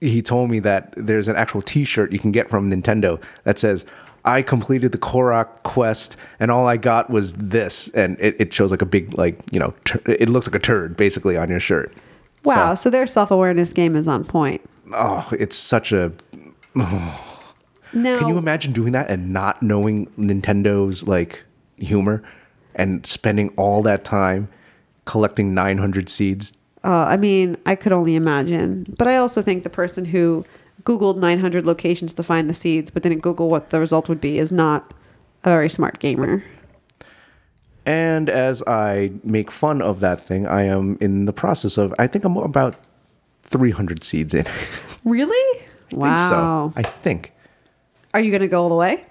he told me that there's an actual T-shirt you can get from Nintendo that says. I completed the Korok quest, and all I got was this, and it, it shows like a big, like you know, tur- it looks like a turd basically on your shirt.
wow. So, their self awareness game is on point.
Oh, it's such a
Now,
Can you imagine doing that and not knowing Nintendo's like humor and spending all that time collecting 900 seeds?
Uh, I mean, I could only imagine. But I also think the person who Googled 900 locations to find the seeds, but didn't Google what the result would be, is not a very smart gamer.
And as I make fun of that thing, I am in the process of I think I'm about 300 seeds in.
Really? Wow.
I think so. I think.
Are you going to go all the way?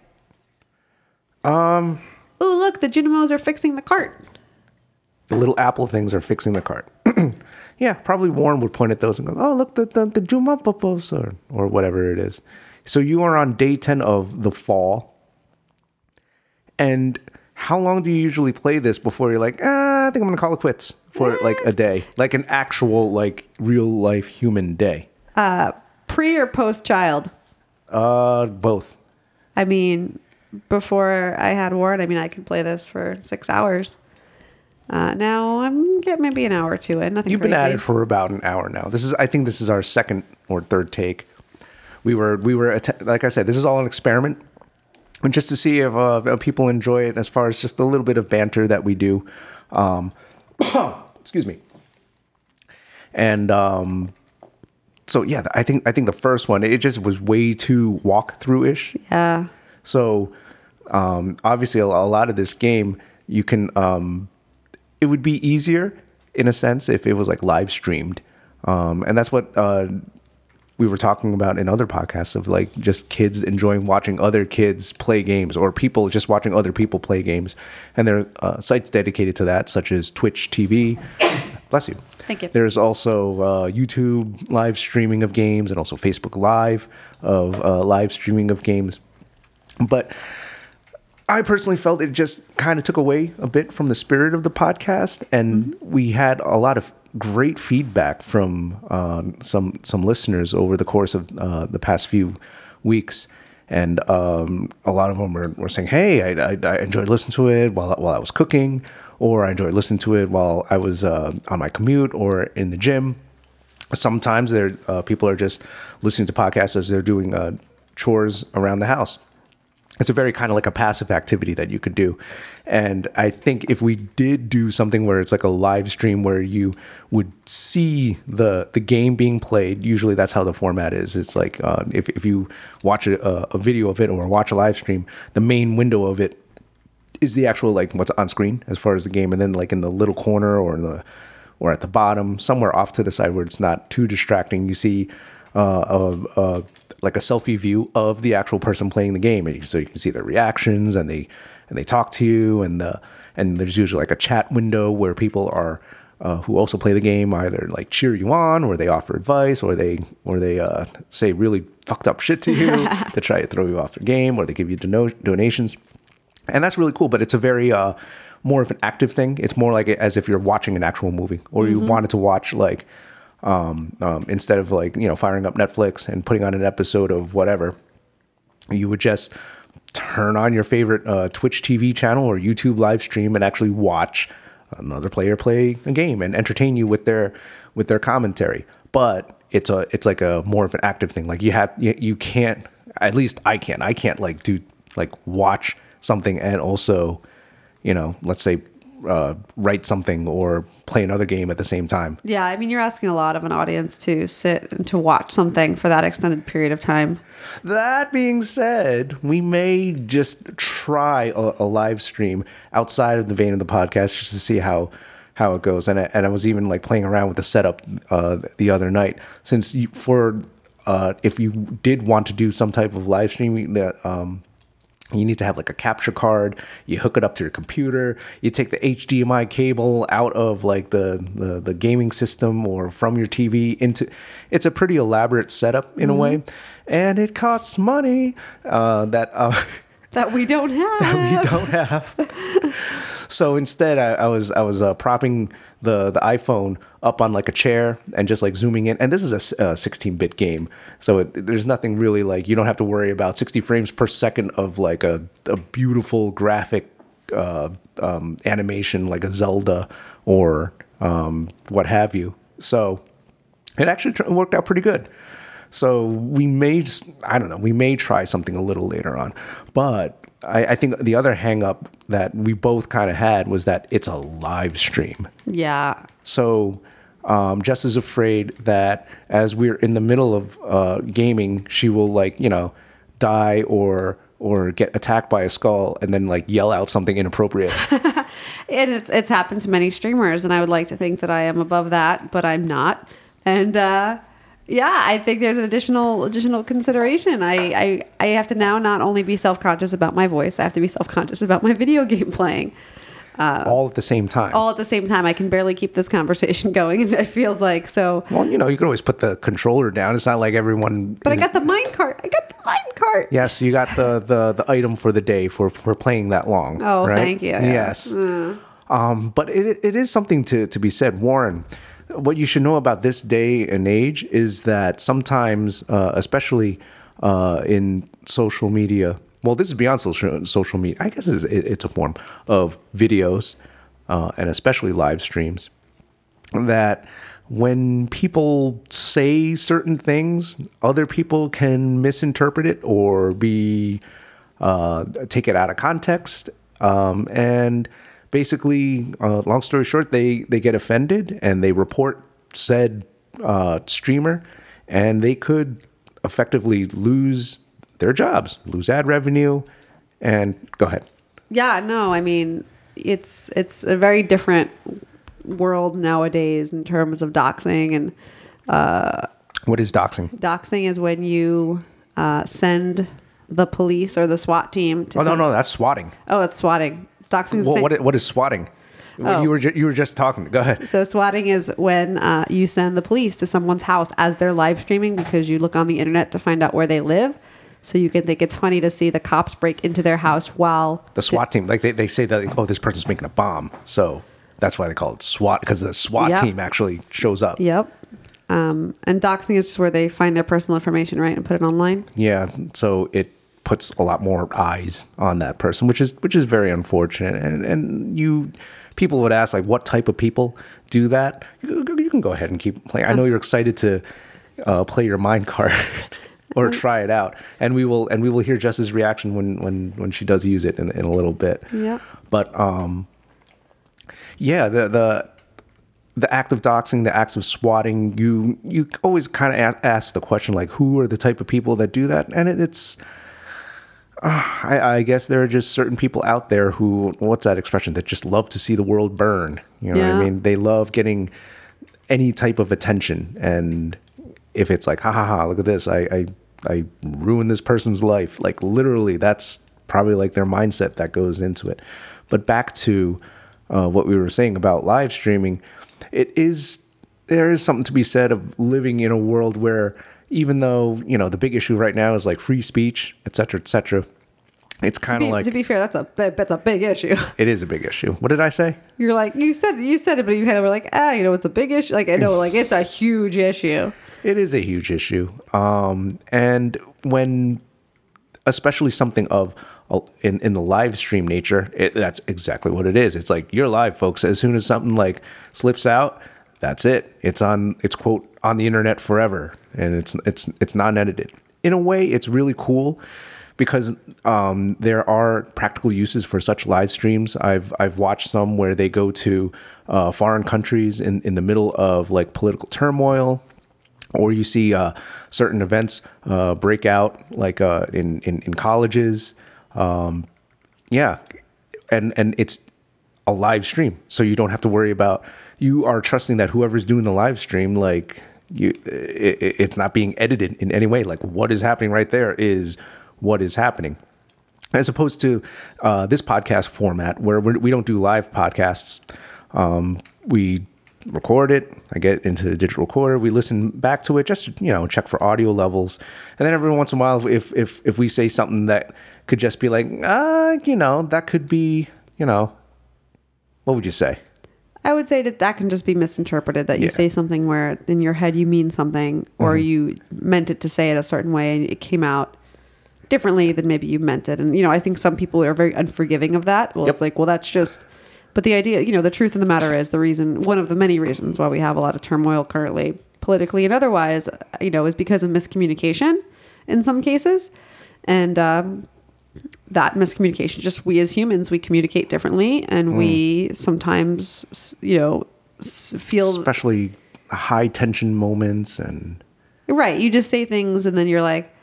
Um. Ooh, look, the Junimos are fixing the cart.
The little apple things are fixing the cart. yeah, probably Warren would point at those and go, "Oh, look the the, the Jumapapos or or whatever it is." So you are on day ten of the fall, and how long do you usually play this before you're like, ah, "I think I'm gonna call it quits" for like a day, like an actual like real life human day?
Pre or post child?
Uh, both.
I mean, before I had Warren, I mean, I could play this for six hours. Uh, now I'm get maybe an hour to it. Nothing.
You've been
crazy.
at it for about an hour now. This is, I think, this is our second or third take. We were, we were, att- like I said, this is all an experiment, and just to see if uh, if people enjoy it as far as just the little bit of banter that we do. Um, excuse me. And um, so yeah, I think I think the first one it just was way too walk through ish.
yeah.
So um, obviously, a, a lot of this game you can. Um, it would be easier in a sense if it was like live streamed, um, and that's what uh, we were talking about in other podcasts of like just kids enjoying watching other kids play games or people just watching other people play games, and there are uh, sites dedicated to that such as Twitch TV. Bless you.
Thank you.
There's also uh, YouTube live streaming of games and also Facebook Live of uh, live streaming of games but I personally felt it just kind of took away a bit from the spirit of the podcast, and we had a lot of great feedback from uh, some some listeners over the course of uh, the past few weeks, and um, a lot of them were, were saying, "Hey, I, I, I enjoyed listening to it while while I was cooking, or I enjoyed listening to it while I was uh, on my commute or in the gym." Sometimes there uh, people are just listening to podcasts as they're doing uh, chores around the house it's a very kind of like a passive activity that you could do and i think if we did do something where it's like a live stream where you would see the the game being played usually that's how the format is it's like uh, if, if you watch a, a- a video of it or watch a live stream the main window of it is the actual like what's on screen as far as the game and then like in the little corner or in the or at the bottom somewhere off to the side where it's not too distracting you see uh, a, a like a selfie view of the actual person playing the game and you- so you can see their reactions and they and they talk to you and the and there's usually like a chat window where people are uh, who also play the game either like cheer you on or they offer advice or they or they uh, say really fucked up shit to you to try to throw you off the game or they give you dono- donations and that's really cool but it's a very uh more of an active thing it's more like as if you're watching an actual movie or you wanted to watch like um, um instead of like you know firing up netflix and putting on an episode of whatever you would just turn on your favorite uh, twitch tv channel or youtube live stream and actually watch another player play a game and entertain you with their with their commentary but it's a it's like a more of an active thing like you have you, you can't at least i can't i can't like do like watch something and also you know let's say uh, write something or play another game at the same time
Yeah, I mean, you're asking a lot of an audience to sit and to watch something for that extended period of time.
That being said, we may just try a, a live stream outside of the vein of the podcast just to see how how it goes. And I, and I was even like playing around with the setup uh, the other night since you, for uh, if you did want to do some type of live stream that um, you need to have like a capture card. You hook it up to your computer. You take the HDMI cable out of like the the, the gaming system or from your TV into. It's a pretty elaborate setup in a way, and it costs money. Uh, that. Uh,
That we don't have.
you don't have. so instead, I, I was I was uh, propping the the iPhone up on like a chair and just like zooming in. And this is a s- a 16 bit game, so it, there's nothing really like you don't have to worry about 60 frames per second of like a a beautiful graphic uh, um, animation like a Zelda or um, what have you. So it actually tr- worked out pretty good. So we may, just, I don't know, we may try something a little later on. But I, I think the other hang up that we both kind of had was that it's a live stream.
Yeah.
So um, Jess is afraid that as we're in the middle of uh, gaming, she will like you know die or or get attacked by a skull and then like yell out something inappropriate.
And it's it's happened to many streamers, and I would like to think that I am above that, but I'm not. And uh, yeah, I think there's an additional additional consideration. I, I I have to now not only be self conscious about my voice, I have to be self conscious about my video game playing.
all at the same time.
All at the same time, I can barely keep this conversation going, and it feels like so.
well, you know, you can always put the controller down. It's not like everyone.
But I got the mine cart. I got the mine cart.
Yes, you got the the the item for the day for for playing that long.
Oh,
right?
thank you, yeah. Mm.
Yes. Um, but it it is something to to be said, Warren. What you should know about this day and age is that sometimes, uh, especially uh, in social media, well, this is beyond social social media. I guess it's, it- it's a form of videos, uh, and especially live streams that when people say certain things, other people can misinterpret it or be uh, take it out of context. Um, and basically, uh, long story short, they they get offended and they report said uh, streamer, and they could effectively lose their jobs, lose ad revenue, and go ahead.
yeah no i mean it's it's a very different world nowadays in terms of doxing and
What is doxing?
doxing is when you uh, send the police or the swat team to
Oh no,
some-
no, that's swatting.
oh it's swatting doxing is the
Well,
same-
what i- what is swatting?
Oh.
You were ju- you were just talking. Go ahead.
so swatting is when uh, you send the police to someone's house as they're live streaming because you look on the internet to find out where they live So you can think it's funny to see the cops break into their house while
The SWAT team, like they, they say that, like, oh, this person's making a bomb. So that's why they call it SWAT because the SWAT
Yep.
team actually shows up.
Yep. Um, and doxing is just where they find their personal information, right, and put it online.
Yeah, so it puts a lot more eyes on that person, which is which is very unfortunate. And and you people would ask like, what type of people do that? You, you can go ahead and keep playing. I know you're excited to uh, play your mind card or try it out, and we will and we will hear Jess's reaction when when when she does use it in, in a little bit.
Yep.
But um, yeah, the the the act of doxing, the acts of swatting, you you always kind of a- ask the question like, who are the type of people that do that? And it, it's, uh, I, I guess there are just certain people out there who, what's that expression, that just love to see the world burn. You know what
Yeah.
I mean? They love getting any type of attention, and if it's like, ha ha ha, look at this, I I, I ruined this person's life. Like literally, that's probably like their mindset that goes into it. But back to uh, what we were saying about live streaming, it is there is something to be said of living in a world where even though you know the big issue right now is like free speech, et cetera, et cetera. It's kind of
Be-
like
to be fair, that's a bi- that's a big issue.
it is a big issue. What did I say?
You're like you said you said it, but you kind of were like ah, you know, it's a big issue. Like I know, like it's a huge issue.
It is a huge issue. Um, and when, especially something of in, in the live stream nature, it, that's exactly what it is. It's like you're live, folks. As soon as something like slips out, that's it. It's on. It's quote on the internet forever, and it's it's it's non edited. In a way, it's really cool because um, there are practical uses for such live streams. I've I've watched some where they go to uh, foreign countries in, in the middle of like political turmoil, or you see uh, certain events uh, break out like uh, in, in in colleges. Um, yeah, and and it's a live stream, so you don't have to worry about. You are trusting that whoever's doing the live stream, like you, it, it- it's not being edited in any way. Like what is happening right there is what is happening as opposed to uh, this podcast format where we're, we don't do live podcasts. Um, we record it. I get it into the digital recorder. We listen back to it just to, you know check for audio levels, and then every once in a while, if if if we say something that could just be like ah, you know, that could be you know, what would you say?
I would say that that can just be misinterpreted. That you
Yeah. Mm-hmm.
say something where in your head you mean something, or you meant it to say it a certain way, and it came out differently than maybe you meant it. And you know, I think some people are very unforgiving of that. Well, it's
Yep.
like, well, that's just. But the idea, you know, the truth of the matter is the reason, one of the many reasons why we have a lot of turmoil currently, politically and otherwise, you know, is because of miscommunication in some cases, and um, that miscommunication just we as humans we communicate differently
Hmm.
and we sometimes s- you know s- feel
Especially high tension moments and
right you just say things and then you're like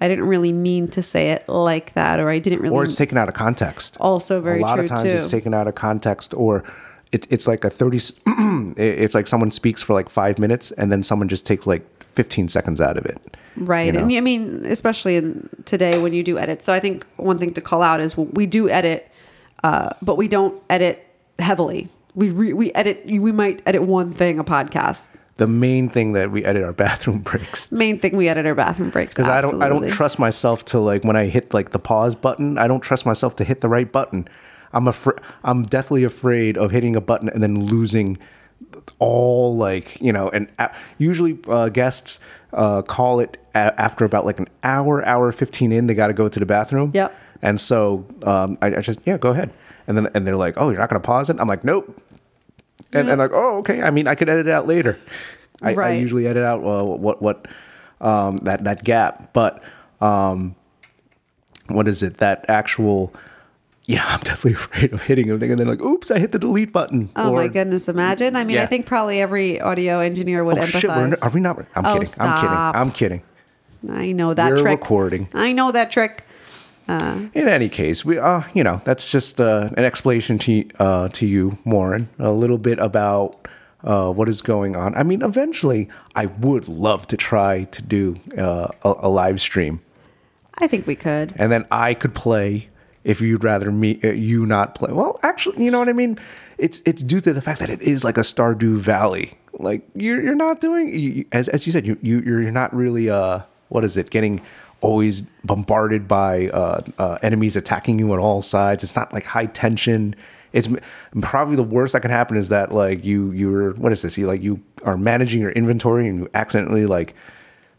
i didn't really mean to say it like that or i didn't really
or it's taken out of context.
Mm. also very
a lot
true
of times
too
it's taken out of context or it, it's like a 30 s- it- it's like someone speaks for like five minutes and then someone just takes like 15 seconds out of it
right
you know?
and i mean especially in today when you do edit so i think one thing to call out is we do edit uh, but we don't edit heavily we re- we edit we might edit one thing a podcast
the main thing that we edit our bathroom breaks
main thing we edit our bathroom breaks
because i don't i don't
absolutely.
trust myself to like when i hit like the pause button i don't trust myself to hit the right button i'm afraid i'm deathly afraid of hitting a button and then losing all like you know and a- usually uh, guests uh, call it a- after about like an hour hour 15 in they got to go to the bathroom
Yep.
And so um, I, I just yeah, go ahead. And then and they're like, oh, you're not gonna pause it. I'm like, nope. And, and like, oh, okay. I mean, I could edit it out later. I, I
Right.
usually edit out uh, what what um, that that gap, but um, what is it? That actual. Yeah, I'm definitely afraid of hitting everything, and then like, oops, I hit the delete button.
Oh my
or-
goodness! Imagine. I mean, I
Yeah.
think probably every audio engineer would
Oh
empathize.
shit, we're, are we not? I'm kidding. I'm
Oh,
kidding.
stop.
I'm kidding.
I know that
We're
trick.
recording.
I know that trick.
In any case, we uh, you know, that's just uh, an explanation to uh, to you, Warren, a little bit about uh, what is going on. I mean, eventually, I would love to try to do uh, a, a live stream,
I think we could.
and then I could play. If you'd rather me, uh, you not play. Well, actually, you know what I mean. It's it's due to the fact that it is like a Stardew Valley. Like you're you're not doing you, you- as as you said. You you you're not really uh what is it getting always bombarded by uh, uh, enemies attacking you on all sides. It's not like high tension. It's m- probably the worst that can happen is that like you you're what is this? You like you are managing your inventory and you accidentally like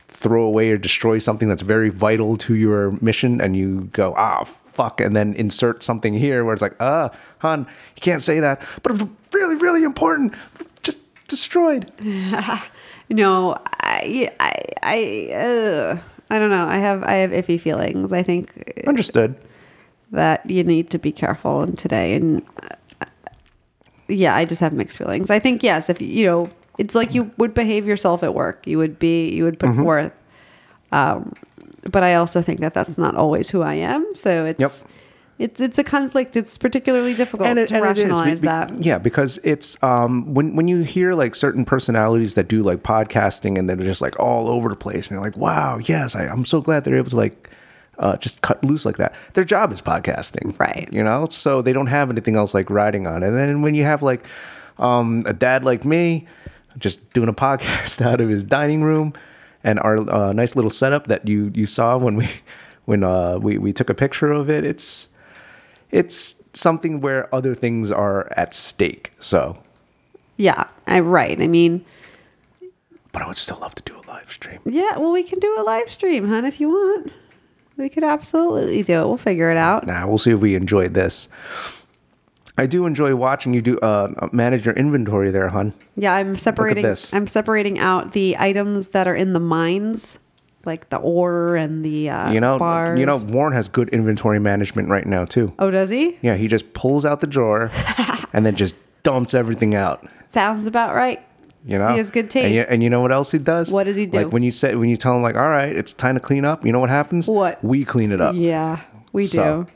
throw away or destroy something that's very vital to your mission and you go ah fuck and then insert something here where it's like ah han you can't say that but it's really really important just destroyed
No, I, I, I, uh, I don't know. I have, I have iffy feelings. I think
understood
that you need to be careful in today. And uh, yeah, I just have mixed feelings. I think yes, if you know, it's like you would behave yourself at work. You would be, you would put
Mm-hmm.
forth. Um, but I also think that that's not always who I am. So it's.
Yep.
It's, it's a conflict. It's particularly difficult to
it is, be-
rationalize
be-
that.
Yeah, because it's um, when when you hear like certain personalities that do like podcasting and they're just like all over the place, and you're like, wow, yes, I, I'm so glad they're able to like uh, just cut loose like that. Their job is podcasting,
Right.
You know, so they don't have anything else like riding on. it. And then when you have like um, a dad like me, just doing a podcast out of his dining room, and our uh, nice little setup that you you saw when we when uh, we we took a picture of it, it's it's something where other things are at stake. So,
Yeah, I, right. I mean,
but I would still love to do a live stream.
Yeah, well, we can do a live stream, hun, if you want. We could absolutely do it. We'll figure it out.
Nah, we'll see if we enjoy this. I do enjoy watching you do uh, manage your inventory there, hun.
Yeah, I'm separating.
this.
I'm separating out the items that are in the mines, like the ore and the uh,
You know,
bars.
you know, Warren has good inventory management right now too.
Oh, does he?
Yeah, he just pulls out the drawer and then just dumps everything out.
Sounds about right.
You know,
He has good
And you,
taste.
and you know what else he does?
What does he do?
Like when you say when you tell him like, all right, it's time to clean up. You know what happens?
What?
we clean it up.
Yeah, we
So.
do.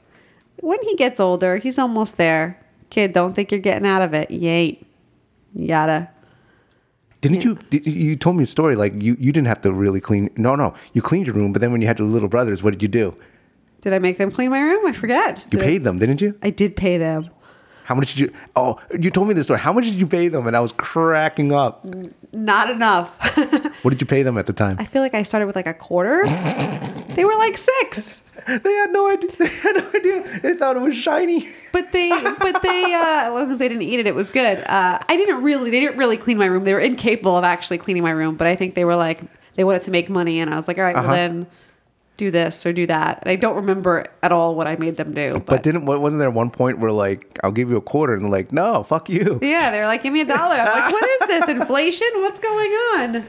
When he gets older, he's almost there. Kid, don't think you're getting out of it. You ain't. You gotta.
Didn't you? Did, you told me a story like you, you didn't have to really clean. No, no, you cleaned your room, but then when you had your little brothers, what did you do?
Did I make them clean my room? I forget.
You
Did I-
paid them, didn't you?
I did pay them.
How much did you? Oh, you told me this story. How much did you pay them? And I was cracking up.
Not enough.
What did you pay them at the
I
time?
feel like I started with like a quarter. they were like six,
They had no idea. They had no idea. They thought it was shiny.
but they, but they, uh, as long as they didn't eat it, it was good. Uh, I didn't really, they didn't really clean my room. They were incapable of actually cleaning my room, but I think they were like, they wanted to make money, and I was like, all right,
Uh-huh.
well then, do this or do that. And I don't remember at all what I made them do, but.
But didn't? Wasn't there one point where like I'll give you a quarter and they're like, no, fuck you.
yeah, they're like, give me a dollar. I'm like, what is this? Inflation? What's going on?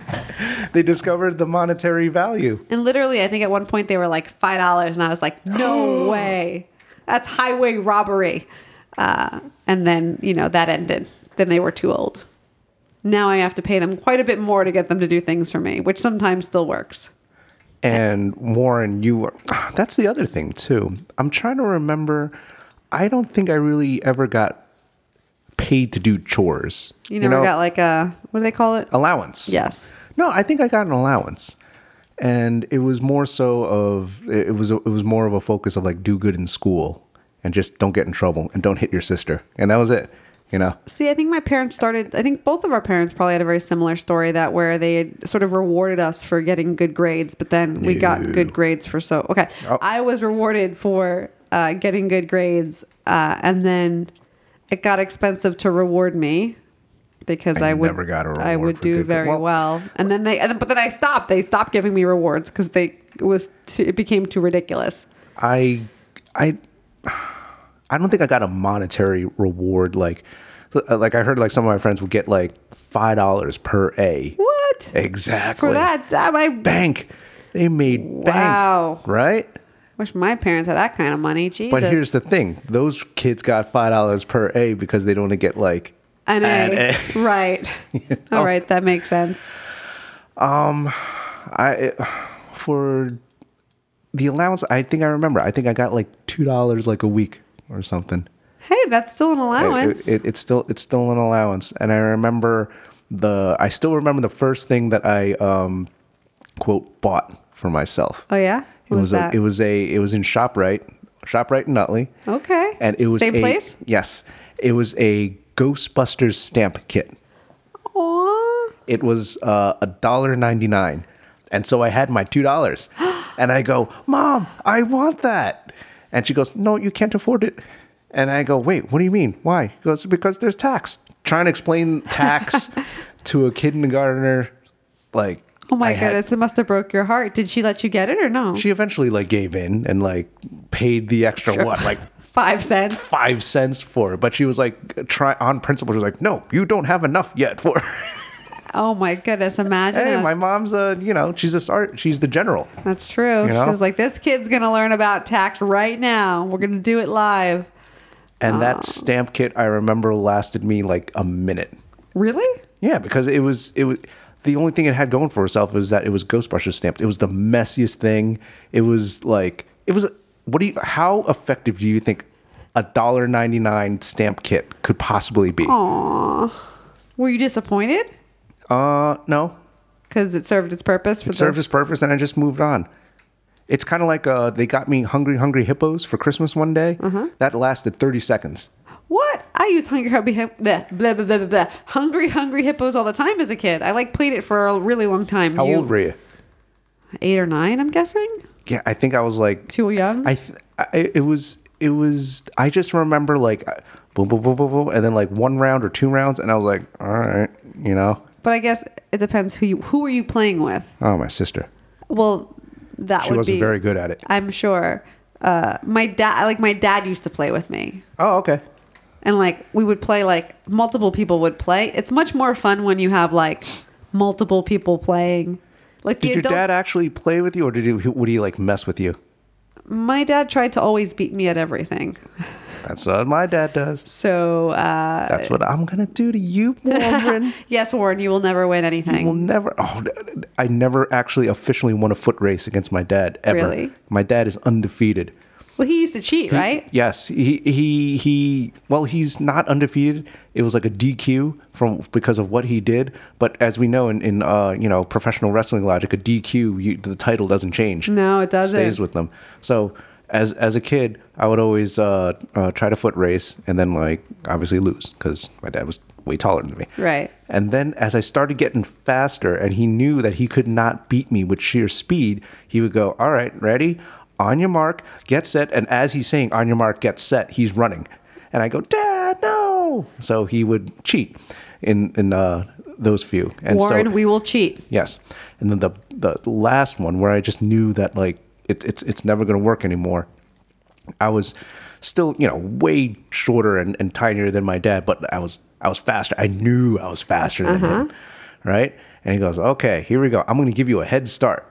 They discovered the monetary value.
And literally, I think at one point they were like five dollars, and I was like, "No way, that's highway robbery." Uh, and then you know that ended. Then they were too old. Now I have to pay them quite a bit more to get them to do things for me, which sometimes still works.
And Warren, you were. That's the other thing too. I'm trying to remember. I don't think I really ever got paid to do chores.
You never
know,
got like a what do they call it?
allowance.
Yes.
No, I think I got an allowance, and it was more so of it it was a, it was more of a focus of like do good in school and just don't get in trouble and don't hit your sister, and that was it. You know.
See, I think my parents started. I think both of our parents probably had a very similar story that where they had sort of rewarded us for getting good grades, but then we got good grades for so. Okay,
Oh.
I was rewarded for uh, getting good grades, uh, and then it got expensive to reward me because I, would
never got a
I
reward
would
for
do
good grade-
very
well-
well, and then they and then, but then I stopped. They stopped giving me rewards because they it was too, it became too ridiculous.
I, I, I don't think I got a monetary reward. Like, uh, like I heard like some of my friends would get like five dollars per A.
What
Exactly.
for that? time I
bank. They made
Wow.
bank. Right.
wish my parents had that kind of money. Jesus.
But here's the thing: those kids got five dollars per A because they don't get like.
An
An
A. Right. All right, that makes sense.
I uh, for the allowance. I think I remember. I think I got like two dollars like a week or something.
Hey, that's still an
It-
allowance.
It, it, it's still it's still an allowance, and I remember the I still remember the first thing that I um, quote bought for myself.
oh yeah?
it
What
was,
was
a,
that?
it was a it was in Shoprite, Shoprite in Nutley.
Okay.
and it was
Same
a-
place?
Yes, it was a Ghostbusters stamp kit.
Aw. Oh,
uh, It was a dollar ninety nine, and so I had my two dollars, And I go, Mom, I want that. And she goes, No, you can't afford it. And I go, Wait, what do you mean? Why? He goes, Because there's tax. Trying to explain tax to a kindergartner, like,
Oh my
I had-
goodness, it must have broke your heart. Did she let you get it or no?
she eventually like gave in and like paid the extra what, like
Five cents.
five cents for it. But she was like, try on principle. She was like, No, you don't have enough yet for.
Oh my goodness, imagine.
hey,
if-
my mom's uh, you know, she's a sar- she's the general.
That's true.
You know?
She was like, this kid's going to learn about tact right now. We're going to do it live.
And that stamp kit I remember lasted me like a minute.
Really?
Yeah, because it was it was the only thing it had going for itself was that it was Ghostbusters stamped. It was the messiest thing. It was like it was what do you how effective do you think a dollar ninety nine stamp kit could possibly be?
Were you disappointed?
Uh no.
Because it served its purpose for
It
the-
served its purpose and I just moved on. It's kind of like uh, they got me Hungry Hungry Hippos for Christmas one day. That lasted 30 seconds.
What? I use hungry hungry hip- bleh, blah, blah, blah, blah, blah. hungry hungry hippos all the time as a kid. I like played it for a really long time.
How old were you?
Eight or nine, I'm guessing.
Yeah, I think I was like
Too young.
I, th- I it was it was I just remember like I- boom boom boom boom boom and then like one round or two rounds and I was like all right you know
but I guess it depends who you who are you playing with.
oh my sister
Well, that
she
would
wasn't
be
very good at it
I'm sure. Uh, my dad, like my dad, used to play with me,
oh okay
and like we would play. Like multiple people would play. It's much more fun when you have like multiple people playing. Like the
did your
adults-
dad actually play with you or did he would he like mess with you
My dad tried to always beat me at everything.
that's what my dad does
So uh,
that's what I'm gonna do to you Warren
Yes, Warren, you will never win anything.
will never oh I never actually officially won a foot race against my dad ever
Really?
my dad is undefeated
well, he used to cheat, right?
Yes, he he he. Well, he's not undefeated. It was like a DQ from because of what he did. But as we know in in uh, you know professional wrestling logic, a DQ you, the title doesn't change.
No, it doesn't.
Stays with them. So as as a kid, I would always uh, uh, try to foot race and then like obviously lose because my dad was way taller than me.
Right.
And then as I started getting faster and he knew that he could not beat me with sheer speed, he would go, All right, ready? On your mark, get set. And as he's saying, On your mark, get set, he's running. And I go, Dad, no. So he would cheat in, in uh, those few. And
Warren,
so,
we will cheat.
Yes. And then the, the last one where I just knew that like it, it's it's never gonna work anymore. I was still, you know, way shorter and, and tinier than my dad, but I was I was faster. I knew I was faster than him. Right? And he goes, Okay, here we go. I'm gonna give you a head start.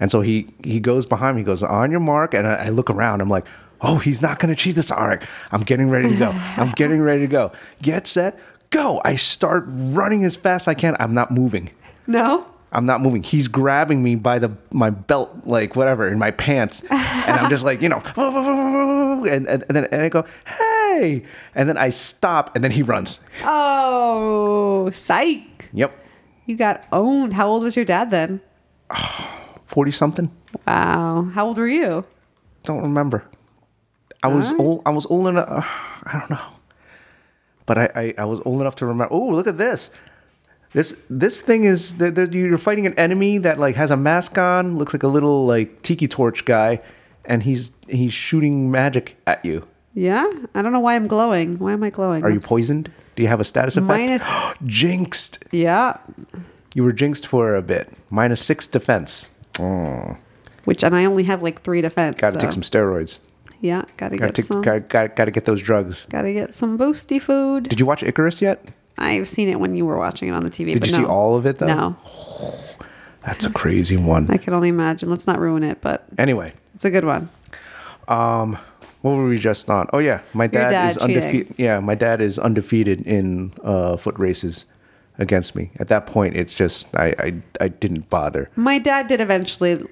And so he he goes behind me, he goes, On your mark, and I, I look around, I'm like, Oh, he's not gonna cheat this. All right, I'm getting ready to go. I'm getting ready to go. Get set, go. I start running as fast as I can. I'm not moving.
No?
I'm not moving. He's grabbing me by the my belt, like whatever, in my pants, and I'm just like, you know, and, and, and then and I go, hey, and then I stop, and then he runs.
Oh, psych.
Yep,
You got owned. How old was your dad then?
forty something.
Wow. How old were you?
Don't remember. I was old. I was old enough. uh, I don't know, but I, I I was old enough to remember. Oh, look at this. This this thing is that that you're fighting an enemy that like has a mask on, looks like a little like tiki torch guy, and he's he's shooting magic at you.
Yeah? I don't know why I'm glowing. Why am I glowing?
Are you
That's-
poisoned? Do you have a status effect?
Minus-
jinxed.
Yeah.
You were jinxed for a bit. Minus six defense.
Which, and I only have like three defense.
Got to
so-
take some steroids.
Yeah, gotta,
Got
get
to
some.
got got got to get those drugs.
Gotta get some boosty food.
Did you watch Icarus yet?
I've seen it when you were watching it on the TV.
Did
but
you see
no.
all of it, though?
No,
That's a crazy one.
I can only imagine. Let's not ruin it, but
Anyway,
it's a good one.
what were we just on? Oh yeah, my dad,
dad
is
cheating.
undefeated. Yeah, my dad is undefeated in uh, foot races against me. At that point, it's just I I, I didn't bother.
My dad did eventually l-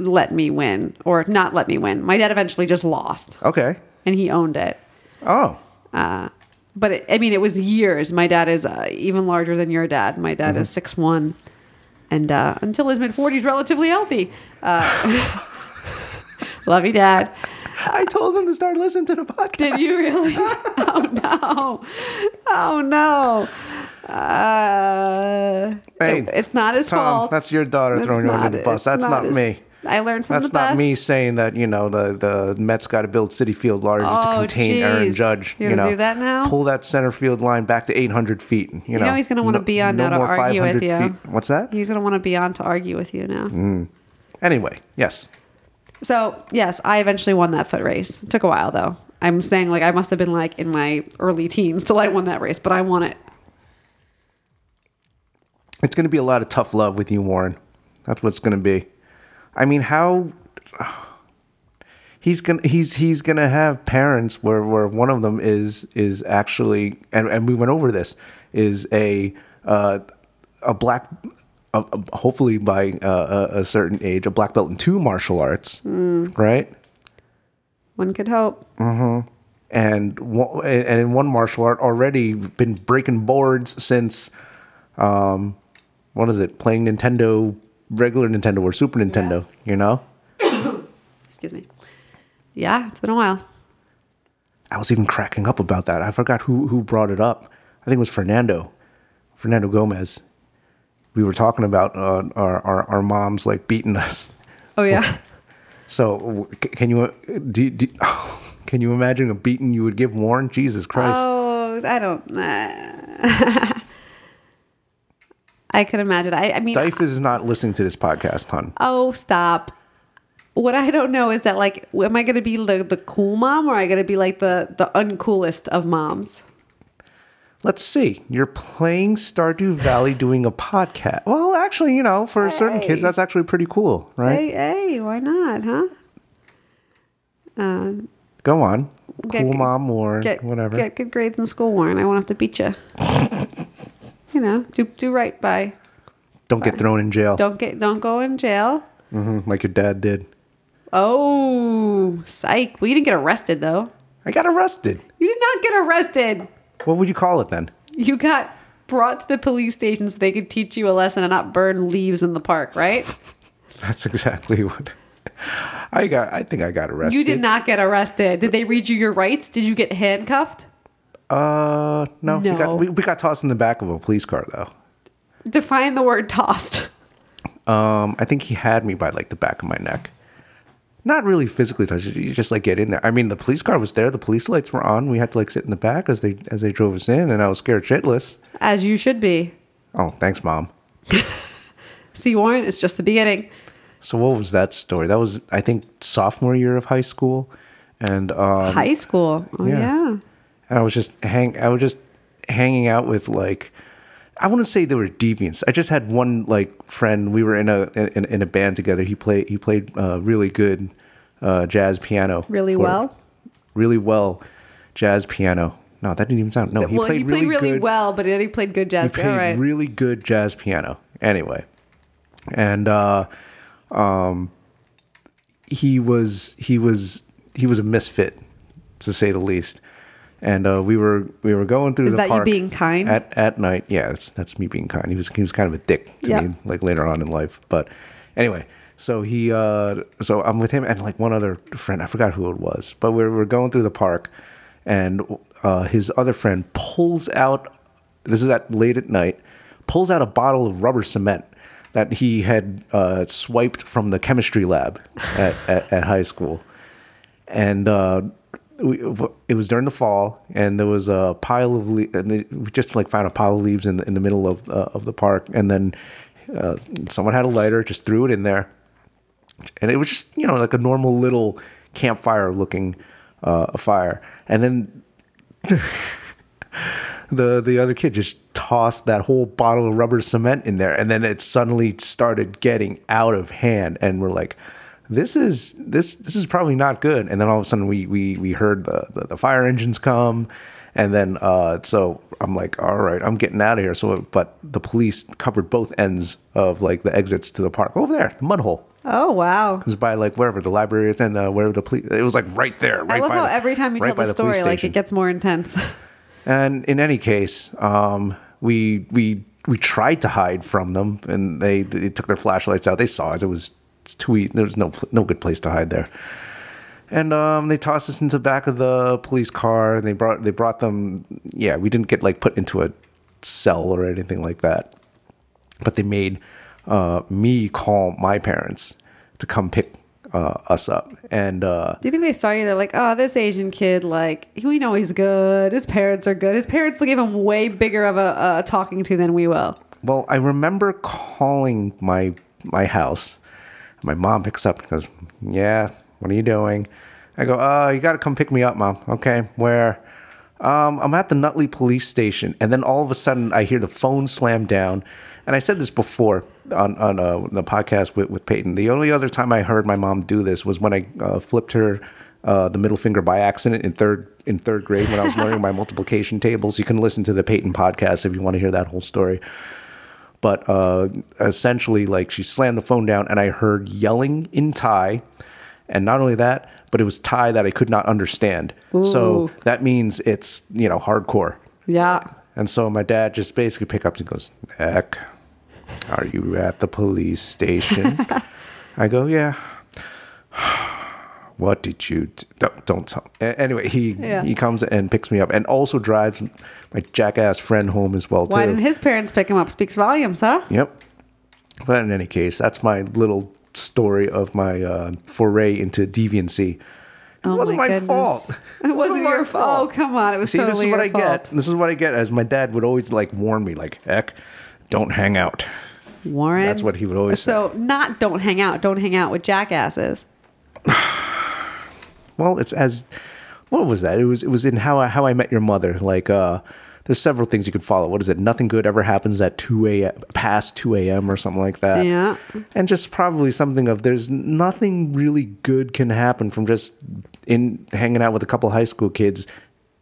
let me win, or not let me win. My dad eventually just lost,
Okay.
and he owned it.
Oh,
Uh, but it, I mean, it was years. My dad is uh, even larger than your dad. My dad
Mm-hmm.
is six one, and uh, until his mid forties, relatively healthy. Uh, love you, Dad.
I told him to start listening to the podcast.
Did you really? oh no! Oh no! Uh,
Hey,
it- it's not his
Tom,
fault.
that's your daughter
That's
throwing you under
not-
the bus.
it's
That's not,
his-
me.
I learned from
That's
the best.
not me saying that you know the the Mets got to build City Field large to
Oh,
contain Aaron
jeez.
Judge.
You're
you
gonna
know,
do that now?
pull that center field line back to 800 feet. You,
know he's gonna wanna be on now to
more
argue with
500
you.
Feet. What's that?
He's gonna want to be on to argue with you now.
Anyway, yes,
So yes, I eventually won that foot race. It took a while though. I'm saying like I must have been like in my early teens till I won that race, but I won it.
it's going to be a lot of tough love with you, Warren. That's what's going to be. I mean, how he's gonna he's he's gonna have parents where where one of them is is actually and and we went over this is a uh, a black. Uh, hopefully, by uh, a a certain age, a black belt in two martial arts, right?
One could hope.
and one, and in one martial art already been breaking boards since um what is it playing Nintendo regular Nintendo or Super Nintendo you know
Excuse me. Yeah, it's been a while.
I was even cracking up about that I forgot who who brought it up I think it was Fernando Fernando Gomez we were talking about uh, our, our our moms like beating us
Oh yeah.
so w- c- can you uh, do, do, can you imagine a beating you would give Warren Jesus Christ
Oh, I don't. Uh, I could imagine. I, I mean,
Dife is not listening to this podcast hon
oh, stop. What I don't know is that like, am I going to be the, the cool mom, or am I going to be like the the uncoolest of moms?
Let's see. You're playing Stardew Valley doing a podcast. Well, actually, you know, for certain kids, that's actually pretty cool, right?
Hey, hey, why not, huh? Um,
Go on.
Get-
cool mom or
get
whatever.
Get good grades in school, Warren. I won't have to beat you. you know, do do right by.
don't get thrown in jail
Don't get don't go in jail.
Mhm, like your dad did.
Oh, psych. Well, you didn't get arrested though.
I got arrested.
You did not get arrested.
What would you call it then?
You got brought to the police station so they could teach you a lesson and not burn leaves in the park, right?
That's exactly what I got. I think I got arrested.
You did not get arrested. Did they read you your rights? Did you get handcuffed?
Uh, no. We,
No.
got, we, we got tossed in the back of a police car, though.
Define the word tossed.
Um, I think he had me by like the back of my neck. Not really physically touched. You just like get in there. I mean, the police car was there. The police lights were on. We had to like sit in the back as they as they drove us in, and I was scared shitless.
As you should be.
Oh, thanks, mom.
See, Warren, it's just the beginning.
So what was that story? That was I think sophomore year of high school, and um,
High school. Oh,
yeah.
yeah.
and I was just hang. I was just hanging out with like. I wouldn't say they were deviants. I just had one like friend. We were in a in, in a band together. He played he played uh, really good uh, jazz piano.
Really
for-
well?
really well jazz piano. No, that didn't even sound. No, he
well,
played
he played really,
good,
well, but then he played good jazz.
He
All
played
right.
really good jazz piano. Anyway, and uh, um, he was he was he was a misfit, to say the least. And uh, we were we were going through
Is
the
that you
park
being kind?
at at night. Yeah, that's that's me being kind. He was he was kind of a dick to
Yeah.
me like later on in life. But anyway, so he uh so I'm with him and like one other friend. I forgot who it was, but we're we're going through the park, and uh, his other friend pulls out. This is at late at night. Pulls out a bottle of rubber cement that he had uh, swiped from the chemistry lab at, at, at high school and uh, we, it was during the fall, and there was a pile of le- and they, we just like found a pile of leaves in the, in the middle of uh, of the park, and then uh, someone had a lighter, just threw it in there, and it was just you know like a normal little campfire looking uh, fire, and then. The, the other kid just tossed that whole bottle of rubber cement in there and then it suddenly started getting out of hand and we're like this is this this is probably not good and then all of a sudden we we we heard the the, the fire engines come and then uh so i'm like all right i'm getting out of here so but the police covered both ends of like the exits to the park over there the mud hole
Oh, wow.
it was by like wherever the library is and uh, wherever the police. It was like right there. Right
I love
by
how
the-
every time you
right by
tell the
police
story, like
station.
it gets more intense.
And in any case, um, we we we tried to hide from them, and they, they took their flashlights out. They saw us. It was it's too easy. There was no pl- no good place to hide there. And um, they tossed us into the back of the police car, and they brought they brought them. Yeah, we didn't get like put into a cell or anything like that, but they made uh, me call my parents to come pick uh, us up. And uh,
Do you think they saw you? They're like, oh, this Asian kid, like, we know he's good. His parents are good. His parents will give him way bigger of a, a talking to than we will.
Well, I remember calling my my house. My mom picks up and goes, "Yeah, what are you doing?" I go, "Uh, you got to come pick me up, mom." Okay, where? Um, I'm at the Nutley police station, and then all of a sudden, I hear the phone slam down. And I said this before on on uh, the podcast with, with Peyton. The only other time I heard my mom do this was when I uh, flipped her uh, the middle finger by accident in third in third grade when I was learning my multiplication tables. You can listen to the Peyton podcast if you want to hear that whole story but uh, essentially, like she slammed the phone down, and I heard yelling in Thai, and not only that, but it was Thai that I could not understand. So
Ooh.
that means it's you know hardcore.
Yeah.
And so my dad just basically picked up and goes, "Eck, are you at the police station?" I go, "Yeah." What did you do? Don't, don't tell. A- Anyway, he
Yeah.
he comes and picks me up, and also drives my jackass friend home as well.
Why
too.
didn't his parents pick him up? Speaks volumes, huh?
Yep. But in any case, that's my little story of my uh, foray into deviancy. It wasn't my,
Oh goodness.
fault.
It wasn't
my
your fault. Oh, come on. It was
See,
totally
this is what
your
I
fault.
get. This is what I get. As my dad would always like warn me, like, "Heck, don't hang out."
Warren.
That's what he would always
So, not don't hang out. Don't hang out with jackasses.
Well, it's as what was that? It was it was in how I, how I met your mother. Like, uh, there's several things you could follow. What is it? Nothing good ever happens at two a.m. past two a.m. or something like that.
Yeah.
and just probably something of there's nothing really good can happen from just in hanging out with a couple high school kids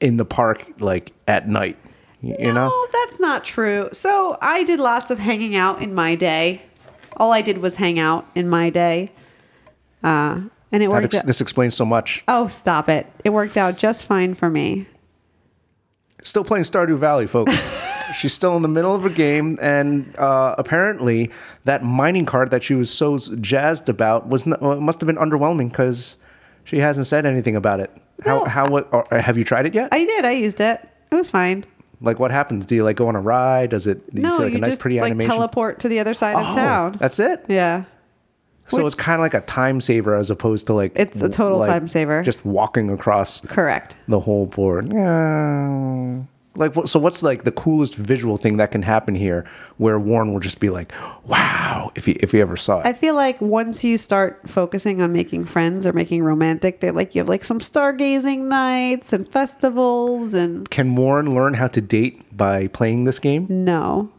in the park like at night y- you know
No, that's not true. So I did lots of hanging out in my day. All I did was hang out in my day, uh, and it
that
worked.
ex-
out-
this explains so much
oh, stop it! It worked out just fine for me.
still playing stardew valley folks she's still in the middle of her game and uh, apparently that mining card that she was so jazzed about was n- uh, must have been underwhelming because she hasn't said anything about it how
No,
how what or, have you tried it yet
I did. I used it. It was fine.
like what happens do you like go on a ride does it do
no,
you see like
you
a nice
just
pretty
like
animation
teleport to the other side
Oh,
of town.
That's it.
yeah.
So it's kind of like a time saver as opposed to like
It's a total
like,
time saver.
Just walking across
Correct.
the whole board. Yeah. Like what, so, what's like the coolest visual thing that can happen here, where Warren will just be like, "Wow!" if he if he ever saw it.
I feel like once you start focusing on making friends or making romantic, they like you have like some stargazing nights and festivals and
can Warren learn how to date by playing this game?
No,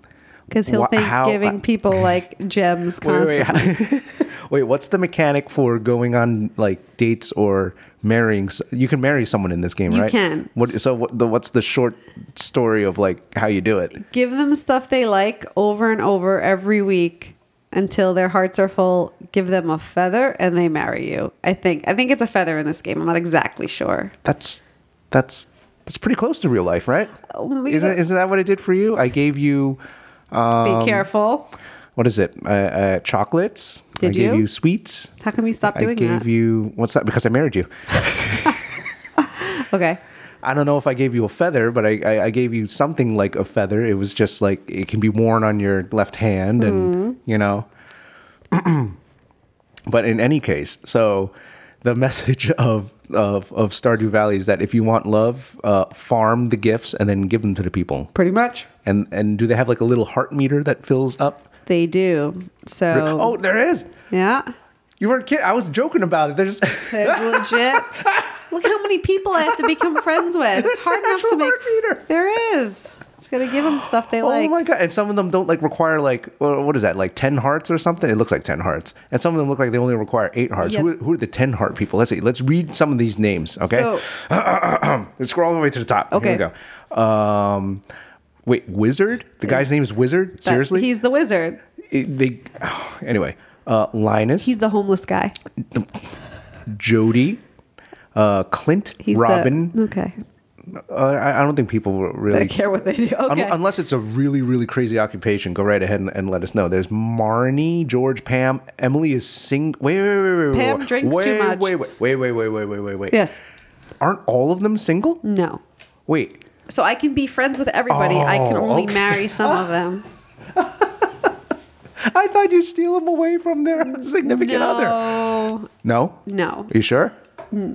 because he'll
Wha-
think
how- uh,
giving people like gems constantly.
wait, wait, wait. What's the mechanic for going on like dates or marrying? s- You can marry someone in this game,
You
right?
can.
What, so what, the, what's the short story of like how you do it?
Give them stuff they like over and over every week until their hearts are full. Give them a feather and they marry you. I think. I think it's a feather in this game. I'm not exactly sure.
that's that's that's pretty close to real life, right?
Oh, we-
Isn't isn't that what I did for you? I gave you Um,
Be careful.
what is it? Uh, uh, chocolates. I
Did
gave
you?
you sweets.
How come you stop
I
doing
gave
that?
you what's that? Because I married you.
okay.
I don't know if I gave you a feather, but I, I, I gave you something like a feather. It was just like it can be worn on your left hand, and
Mm-hmm.
you know. but in any case, so the message of of of Stardew Valley is that if you want love, uh, farm the gifts and then give them to the people.
Pretty much.
And and do they have like a little heart meter that fills up?
They do. So.
Oh, there is.
Yeah.
You weren't kidding. I was joking about it. oh There's
It's legit. Look how many people I have to become friends with. It's
It's
hard
an
enough to
actual
make.
heart meter.
There is. Just gotta give them stuff they like.
oh my god! And some of them don't like require like wha- what is that like ten hearts or something? It looks like ten hearts, and some of them look like they only require eight hearts.
Yeah.
Who, are, who are the ten heart people? Let's see. Let's read some of these names. Okay,
So-
let's scroll all the way to the top.
Okay.
Here we go. Um, wait, wizard. The guy's name is Wizard.
That-
Seriously,
He's the wizard.
It- they. anyway, uh, Linus,
He's the homeless guy.
Jody, uh, Clint,
He's the-
Robin.
okay.
Uh, I, I don't think people really
I care what they do.
Un-
Okay.
unless it's a really, really crazy occupation, go right ahead and, and let us know. There's Marnie, George, Pam, Emily is sing. Wait, wait, wait, wait, wait.
Pam
wait,
drinks too
wait,
much.
Wait, wait, wait, wait, wait, wait, wait, wait, wait.
yes. Mm.
Aren't all of them single?
No.
Wait,
So I can be friends with everybody. I can
Oh,
only
okay.
marry some of them.
I thought you steal them away from their significant other.
No.
No?
No.
Are you sure?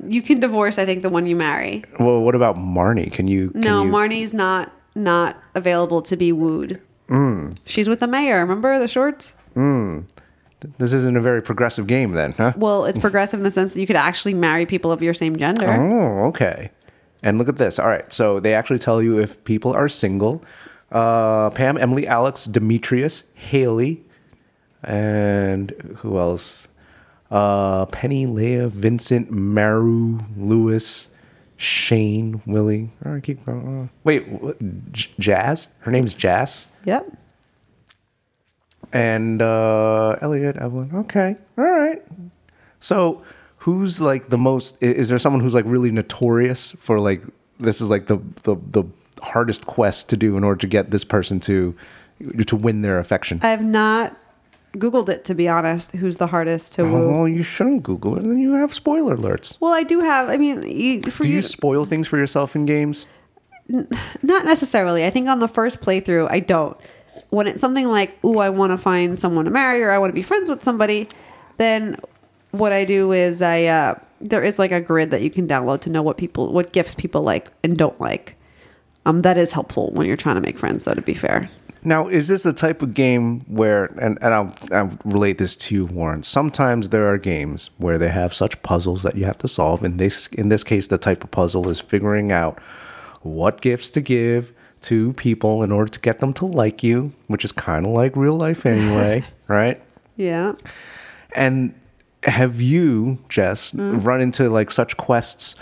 You can divorce, I think, the one you marry.
Well, what about Marnie? Can you? Can
No,
you-
Marnie's not not available to be wooed.
Mm.
She's with the mayor. Remember the shorts?
This isn't a very progressive game, then, huh?
Well, it's progressive in the sense that you could actually marry people of your same gender.
Oh, okay. And look at this. All right. So they actually tell you if people are single. Uh, Pam, Emily, Alex, Demetrius, Haley, and who else? Uh, Penny, Leah, Vincent, Maru, Lewis, Shane, Willie. All right, keep going. Wait, what? J- Jazz? Her name's Jazz.
Yep.
And uh, Elliot, Evelyn. Okay. All right. So who's like the most i- is there someone who's like really notorious for like this is like the the, the hardest quest to do in order to get this person to to win their affection?
I've not Googled it to be honest. Who's the hardest to
Oh,
woo?
well, you shouldn't Google it, and then you have spoiler alerts.
Well, I do have. I mean, you, for
Do
you,
you spoil things for yourself in games?
not necessarily. I think on the first playthrough, I don't. When it's something like, "Ooh, I want to find someone to marry," or "I want to be friends with somebody," then what I do is I uh, there is like a grid that you can download to know what people, what gifts people like and don't like. Um, that is helpful when you're trying to make friends, though. To be fair,
Now, is this the type of game where, and, and I'll, I'll relate this to you, Warren. Sometimes there are games where they have such puzzles that you have to solve. In this, in this case, the type of puzzle is figuring out what gifts to give to people in order to get them to like you, which is kind of like real life anyway, right?
yeah.
And have you, Jess,
Mm.
run into like such quests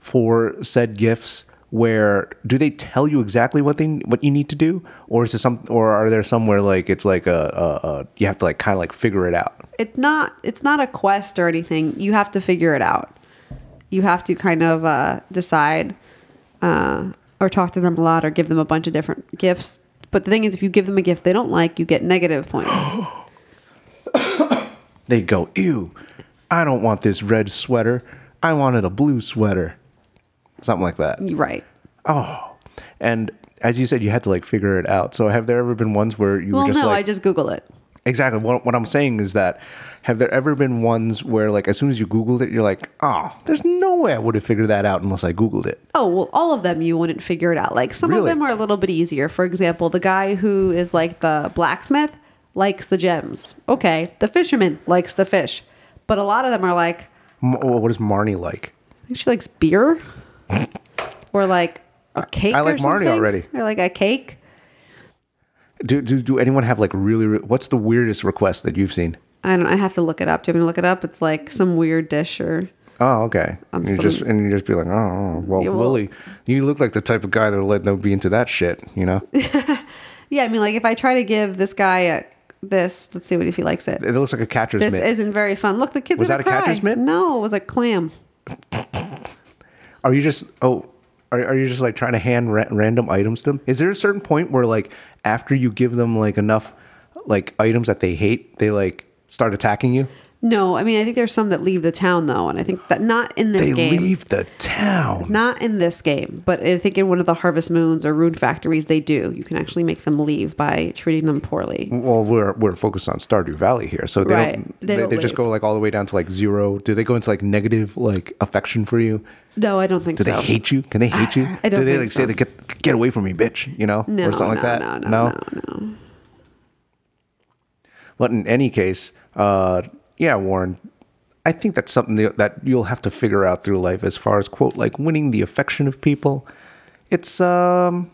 for said gifts where do they tell you exactly what they what you need to do, or is it some, or are there somewhere like it's like a, a, a you have to like kind of like figure it out?
it's not it's not a quest or anything. You have to figure it out. You have to kind of uh, decide uh, or talk to them a lot or give them a bunch of different gifts. But the thing is, if you give them a gift they don't like, you get negative points.
They go, ew, I don't want this red sweater. I wanted a blue sweater, something like that.
You're right.
Oh, and as you said, you had to like figure it out. So have there ever been ones where you
Well,
were just
no,
like,
I just Google it.
Exactly. What, what I'm saying is that have there ever been ones where, like, as soon as you Googled it, you're like, oh, there's no way I would have figured that out unless I Googled it.
Oh, well, all of them you wouldn't figure it out. Like some of
Really?
them are a little bit easier. For example, the guy who is like the blacksmith likes the gems. Okay. The fisherman likes the fish. But a lot of them are like,
M- oh, what is Marnie like?
I think she likes beer or like a cake.
I like
or
Marty
something.
already.
Or like a cake.
Do, do, do anyone have, like, really, re- what's the weirdest request that you've seen?
I don't. I have to look it up. Do you want me to look it up? It's like some weird dish or
Oh, okay.
Um,
you
some-
just and you just be like, oh, well,
Yeah, well-
Willie, you look like the type of guy that would let them be into that shit, you know? it
yeah. I mean, like if I try to give this guy a, this, let's see what if he likes it.
looks like a catcher's
This
mitt.
isn't very fun. Look, the kids
Was
gonna
that a catcher's
cry.
mitt?
No, it was a clam.
Are you just oh? Are, are you just like trying to hand ra- random items to them? Is there a certain point where like after you give them like enough like items that they hate, they like start attacking you?
No, I mean, I think there's some that leave the town though, and I think that not in this
They
game.
leave the town.
Not in this game, but I think in one of the Harvest Moons or Rune Factories, they do. You can actually make them leave by treating them poorly.
Well, we're we're focused on Stardew Valley here, so they
Right.
don't
They
they,
don't
they just
leave.
go like all the way down to like zero. Do they go into like negative like affection for you?
No, I don't think
Do
so.
they hate you? Can they hate you?
I don't
Do they
think
like
so.
say they get get away from me, bitch? You know,
no,
or something
no,
like that?
No, no, no, no,
But in any case, uh, yeah, Warren, I think that's something that that you'll have to figure out through life as far as quote like winning the affection of people. It's um,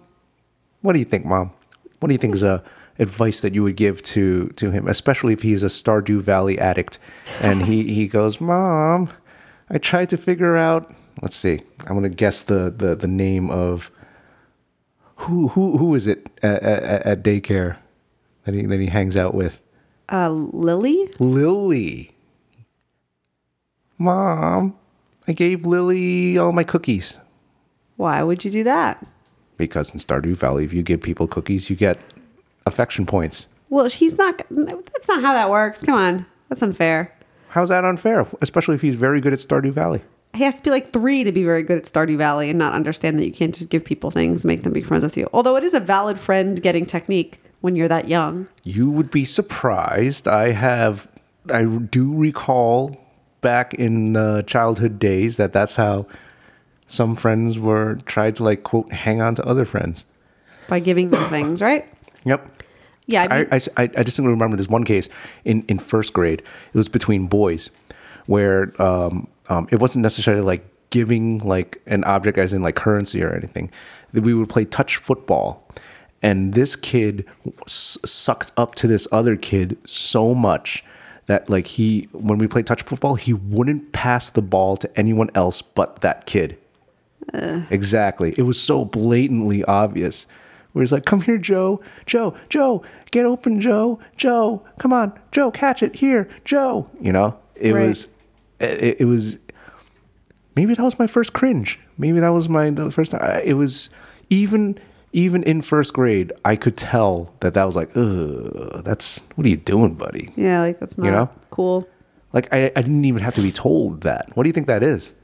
what do you think, Mom? What do you think is uh, advice that you would give to to him, especially if he's a Stardew Valley addict, and he he goes, Mom, I tried to figure out. Let's see. I'm gonna guess the the the name of who who who is it at, at, at daycare that he that he hangs out with.
Uh, Lily?
Lily. Mom, I gave Lily all my cookies.
Why would you do that?
Because in Stardew Valley, if you give people cookies, you get affection points.
Well, she's not. no, That's not how that works. Come on, that's unfair.
How's that unfair? Especially if he's very good at Stardew Valley.
He has to be like three to be very good at Stardew Valley and not understand that you can't just give people things, make them be friends with you. Although it is a valid friend getting technique when you're that young.
You would be surprised. I have, I do recall back in the childhood days that that's how some friends were tried to like quote hang on to other friends.
by giving them things, right?
Yep.
Yeah, I
I,
mean,
I, I distinctly remember this one case in, in first grade. It was between boys where um, um, it wasn't necessarily like giving like an object as in like currency or anything. We would play touch football. And this kid s- sucked up to this other kid so much that like he, when we played touch football, he wouldn't pass the ball to anyone else but that kid. Exactly. It was so blatantly obvious. Where he's like, come here, Joe. Joe, Joe, get open, Joe. Joe, come on. Joe, catch it here. Joe. You know, it
Right.
was, eh, it, it was, maybe that was my first cringe. Maybe that was my the first time. I- It was even, even in first grade, I could tell that that was like, ugh, that's, what are you doing, buddy?
yeah, like that's not
You know?
cool.
Like, I, I didn't even have to be told that. What do you think that is?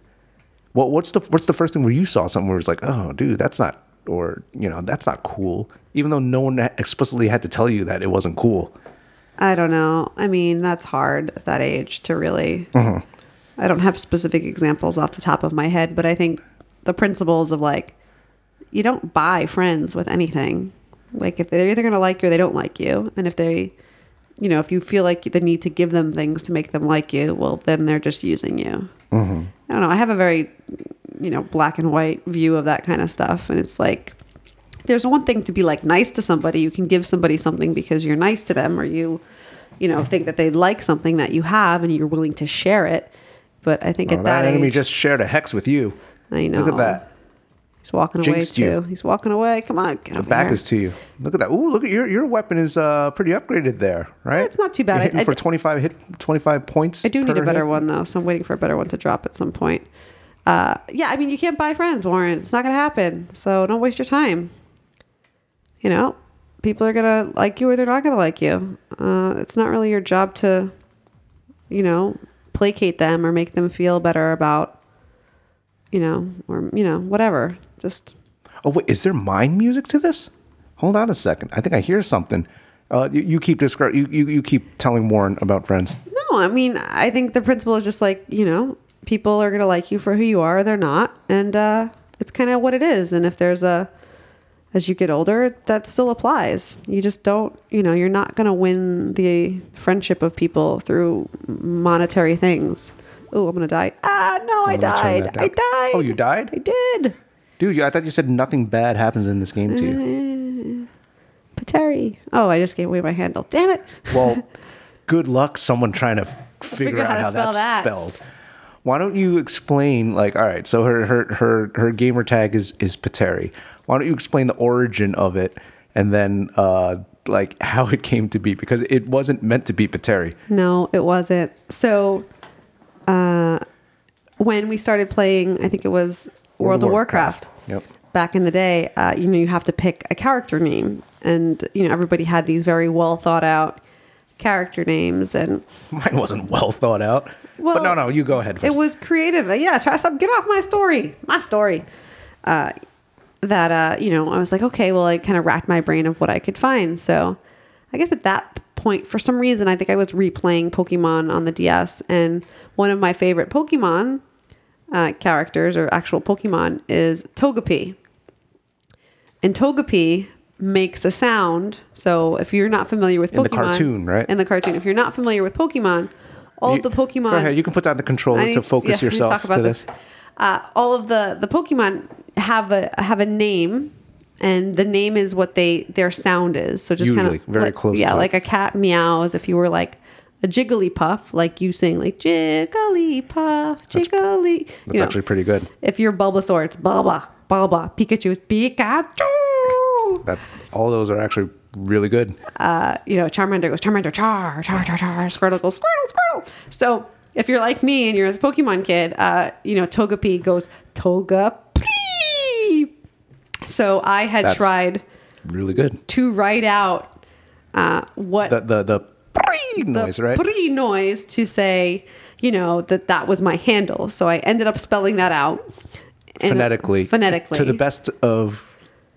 What what's the what's the first thing where you saw something where it's like, oh, dude, that's not, or you know, that's not cool, even though no one explicitly had to tell you that it wasn't cool.
I don't know. I mean, that's hard at that age to really.
Mm-hmm.
I don't have specific examples off the top of my head, but I think the principles of like, you don't buy friends with anything. Like, if they're either going to like you or they don't like you. And if they, you know, if you feel like the need to give them things to make them like you, well, then they're just using you.
Mm-hmm.
I don't know. I have a very, you know, black and white view of that kind of stuff. And it's like, there's one thing to be like nice to somebody. You can give somebody something because you're nice to them or you, you know, think that they like something that you have and you're willing to share it. But I think
Oh,
at
that
that,
enemy
age,
just shared a hex with you.
I know.
Look at that.
He's walking away
Jinxed you.
too. He's walking away. Come on, get
The
over
back
here.
is to you. Look at that. Ooh, look at your your weapon is uh pretty upgraded there, right?
it's not too bad.
You're
I-
hitting
I-
for twenty five hit twenty five points.
I do need
per
a better
hit.
one though, so I'm waiting for a better one to drop at some point. Uh, yeah, I mean, you can't buy friends, Warren. It's not gonna happen. So don't waste your time. You know, people are gonna like you or they're not gonna like you. Uh, it's not really your job to, you know, placate them or make them feel better about, you know, or you know, whatever. Just
Oh wait, is there mind music to this? Hold on a second. I think I hear something. Uh, you, you keep descri- you, you you keep telling Warren about friends.
No, I mean, I think the principle is just like, you know, people are going to like you for who you are or they're not. And uh, it's kind of what it is. And if there's a, as you get older, that still applies. You just don't, you know, you're not going to win the friendship of people through monetary things. Oh, I'm going to die. Ah, no, I
I'm gonna turn
died.
that
I
down.
died.
Oh, you died?
I did.
Dude, you- I thought you said nothing bad happens in this game to you.
Mm-hmm. Pateri. Oh, I just gave away my handle. Damn it.
Well, good luck someone trying to f- figure,
Figure out
out
how
how
to spell
that's
that.
spelled. Why don't you explain like all right, so her her her her gamer tag is is Pateri. Why don't you explain the origin of it and then uh like how it came to be because it wasn't meant to be Pateri.
No, it wasn't. So, uh, when we started playing, I think it was World, of Warcraft.
Yep.
Back in the day, uh, you know, you have to pick a character name, and you know everybody had these very well thought out character names, and
Mine wasn't well thought out. but no,
Well,
no, you go ahead.
it
First.
was creative. Uh, Yeah, try some. Get off my story. My story. Uh, that uh, you know, I was like, okay, well, I kind of racked my brain of what I could find. So, I guess at that point, for some reason, I think I was replaying Pokemon on the DS, and one of my favorite Pokemon uh, characters or actual Pokemon is Togepi. And Togepi makes a sound. So, if you're not familiar with
In
Pokemon,
the cartoon, right?
In the cartoon, if you're not familiar with Pokemon, all
You-
of the Pokemon.
Go ahead. You can put down the controller
I
to
need-
focus
yeah, we
yourself
talk about
to this.
Uh, all of the the Pokemon have a have a name, and the name is what they their sound is. So just kind
Usually,
of
very close
Yeah,
to it.
like a cat meows. If you were like a Jigglypuff, like you sing like Jigglypuff, Jiggly. you
That's
know.
actually pretty good.
If you're Bulbasaur, it's Bulba, Bulba. Pikachu is Pikachu.
That all those are actually really good.
you know, Charmander goes Charmander char char char char. Squirtle goes Squirtle Squirtle. So if you're like me and you're a Pokemon kid, uh, you know Togepi goes Togepi. So I had
That's-
tried
Really good.
to write out uh, what
The the the pree noise, right?
pre noise to say, you know, that that was my handle. So I ended up spelling that out and-
Phonetically.
Phonetically, Uh,
To the best of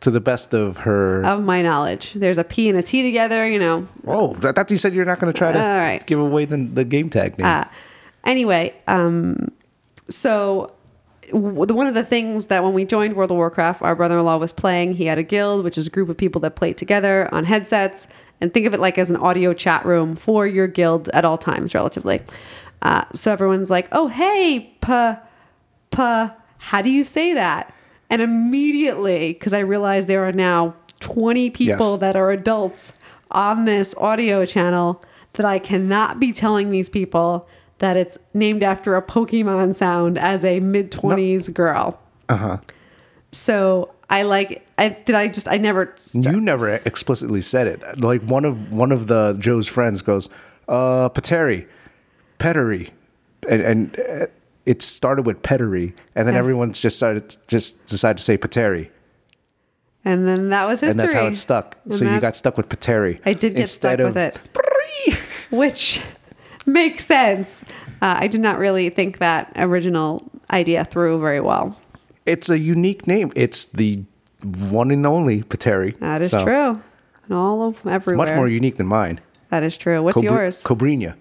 to the best of her.
of my knowledge. There's a P and a T together, you know.
oh, that, that you said you're not going to try to
All right.
give away the, the game tag name.
Uh, anyway, um, so w- the- one of the things that when we joined World of Warcraft, our brother in law was playing. He had a guild, which is a group of people that play together on headsets. And think of it like as an audio chat room for your guild at all times, relatively. Uh, so everyone's like, oh, hey, puh, puh, how do you say that? And immediately, because I realized there are now 20 people
Yes.
that are adults on this audio channel, that I cannot be telling these people that it's named after a Pokemon sound as a mid 20s girl. Uh huh.
Uh-huh.
So I like, I did I just, I never.
you never explicitly said it. Like one of one of the Joe's friends goes, uh, Pateri, Pettery, and, and uh, it started with Pettery, and then
Yeah.
everyone's just started just decided to say Pateri,
And then that was history.
and that's how it stuck.
And
so you
that-
got stuck with Pateri.
I did get stuck with it. which makes sense. Uh, I did not really think that original idea through very well.
It's a unique name. It's the one and only Pateri.
That is
So,
true. And all of everywhere.
Much more unique than mine.
that is true. What's
Cobri-
yours? Oh.
Cobrinha.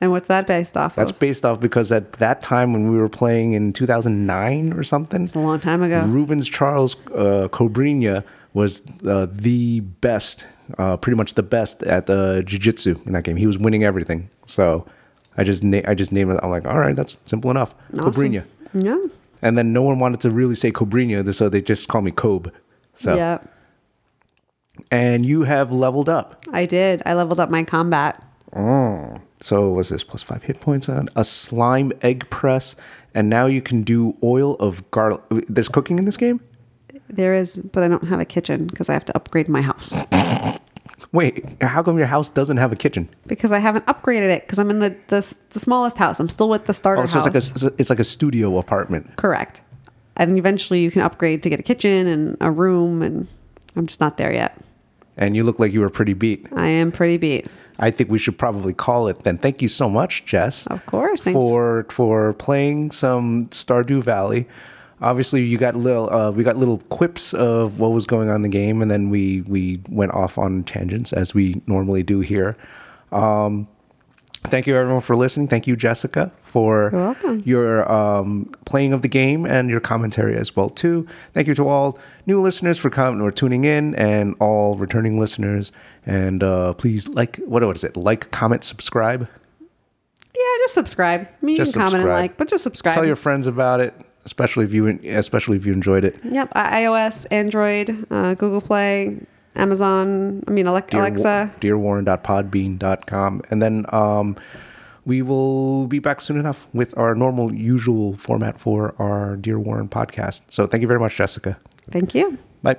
and what's that based off
That's
of?
based off because at that time when we were playing in 2009 or something,
A long time ago.
Rubens Charles uh, Cobrinha was uh, the best, uh, pretty much the best at uh, jiu-jitsu in that game. He was winning everything. So I just na- I just named it. I'm like, all right, that's simple enough.
Awesome.
Cobrinha.
Yeah.
And then no one wanted to really say Cobrinha, so they just call me Cob. So
Yeah.
and you have leveled up.
I did. I leveled up my combat.
So was this plus five hit points on a slime egg press, and now you can do oil of garlic. There's cooking in this game.
There is, but I don't have a kitchen because I have to upgrade my house
Wait, how come your house doesn't have a kitchen?
because I haven't upgraded it because I'm in the, the the smallest house. I'm still with the starter
Oh, so
house.
it's like a it's a- it's like a studio apartment.
Correct. And eventually you can upgrade to get a kitchen and a room and I'm just not there yet.
and you look like you were pretty beat.
I am pretty beat.
I think we should probably call it then. Thank you so much, Jess.
Of course, thanks.
for for playing some Stardew Valley. Obviously, you got little uh, we got little quips of what was going on in the game, and then we we went off on tangents as we normally do here. Um, thank you everyone for listening. Thank you, Jessica, for
You're welcome.
your um, playing of the game and your commentary as well too. Thank you to all new listeners for coming or tuning in, and all returning listeners. And uh, please like what what is it? Like, comment, subscribe.
Yeah, just subscribe. I mean,
Just
you can comment
subscribe.
and like, but just subscribe.
Tell your friends about it, especially if you especially if you enjoyed it.
yep, I- iOS, Android, uh, Google Play, Amazon, I mean, Alex- Alexa.
Dear, dearwarren.podbean.com. And then um, we will be back soon enough with our normal, usual format for our Dear Warren podcast. So thank you very much, Jessica.
Thank you.
Bye.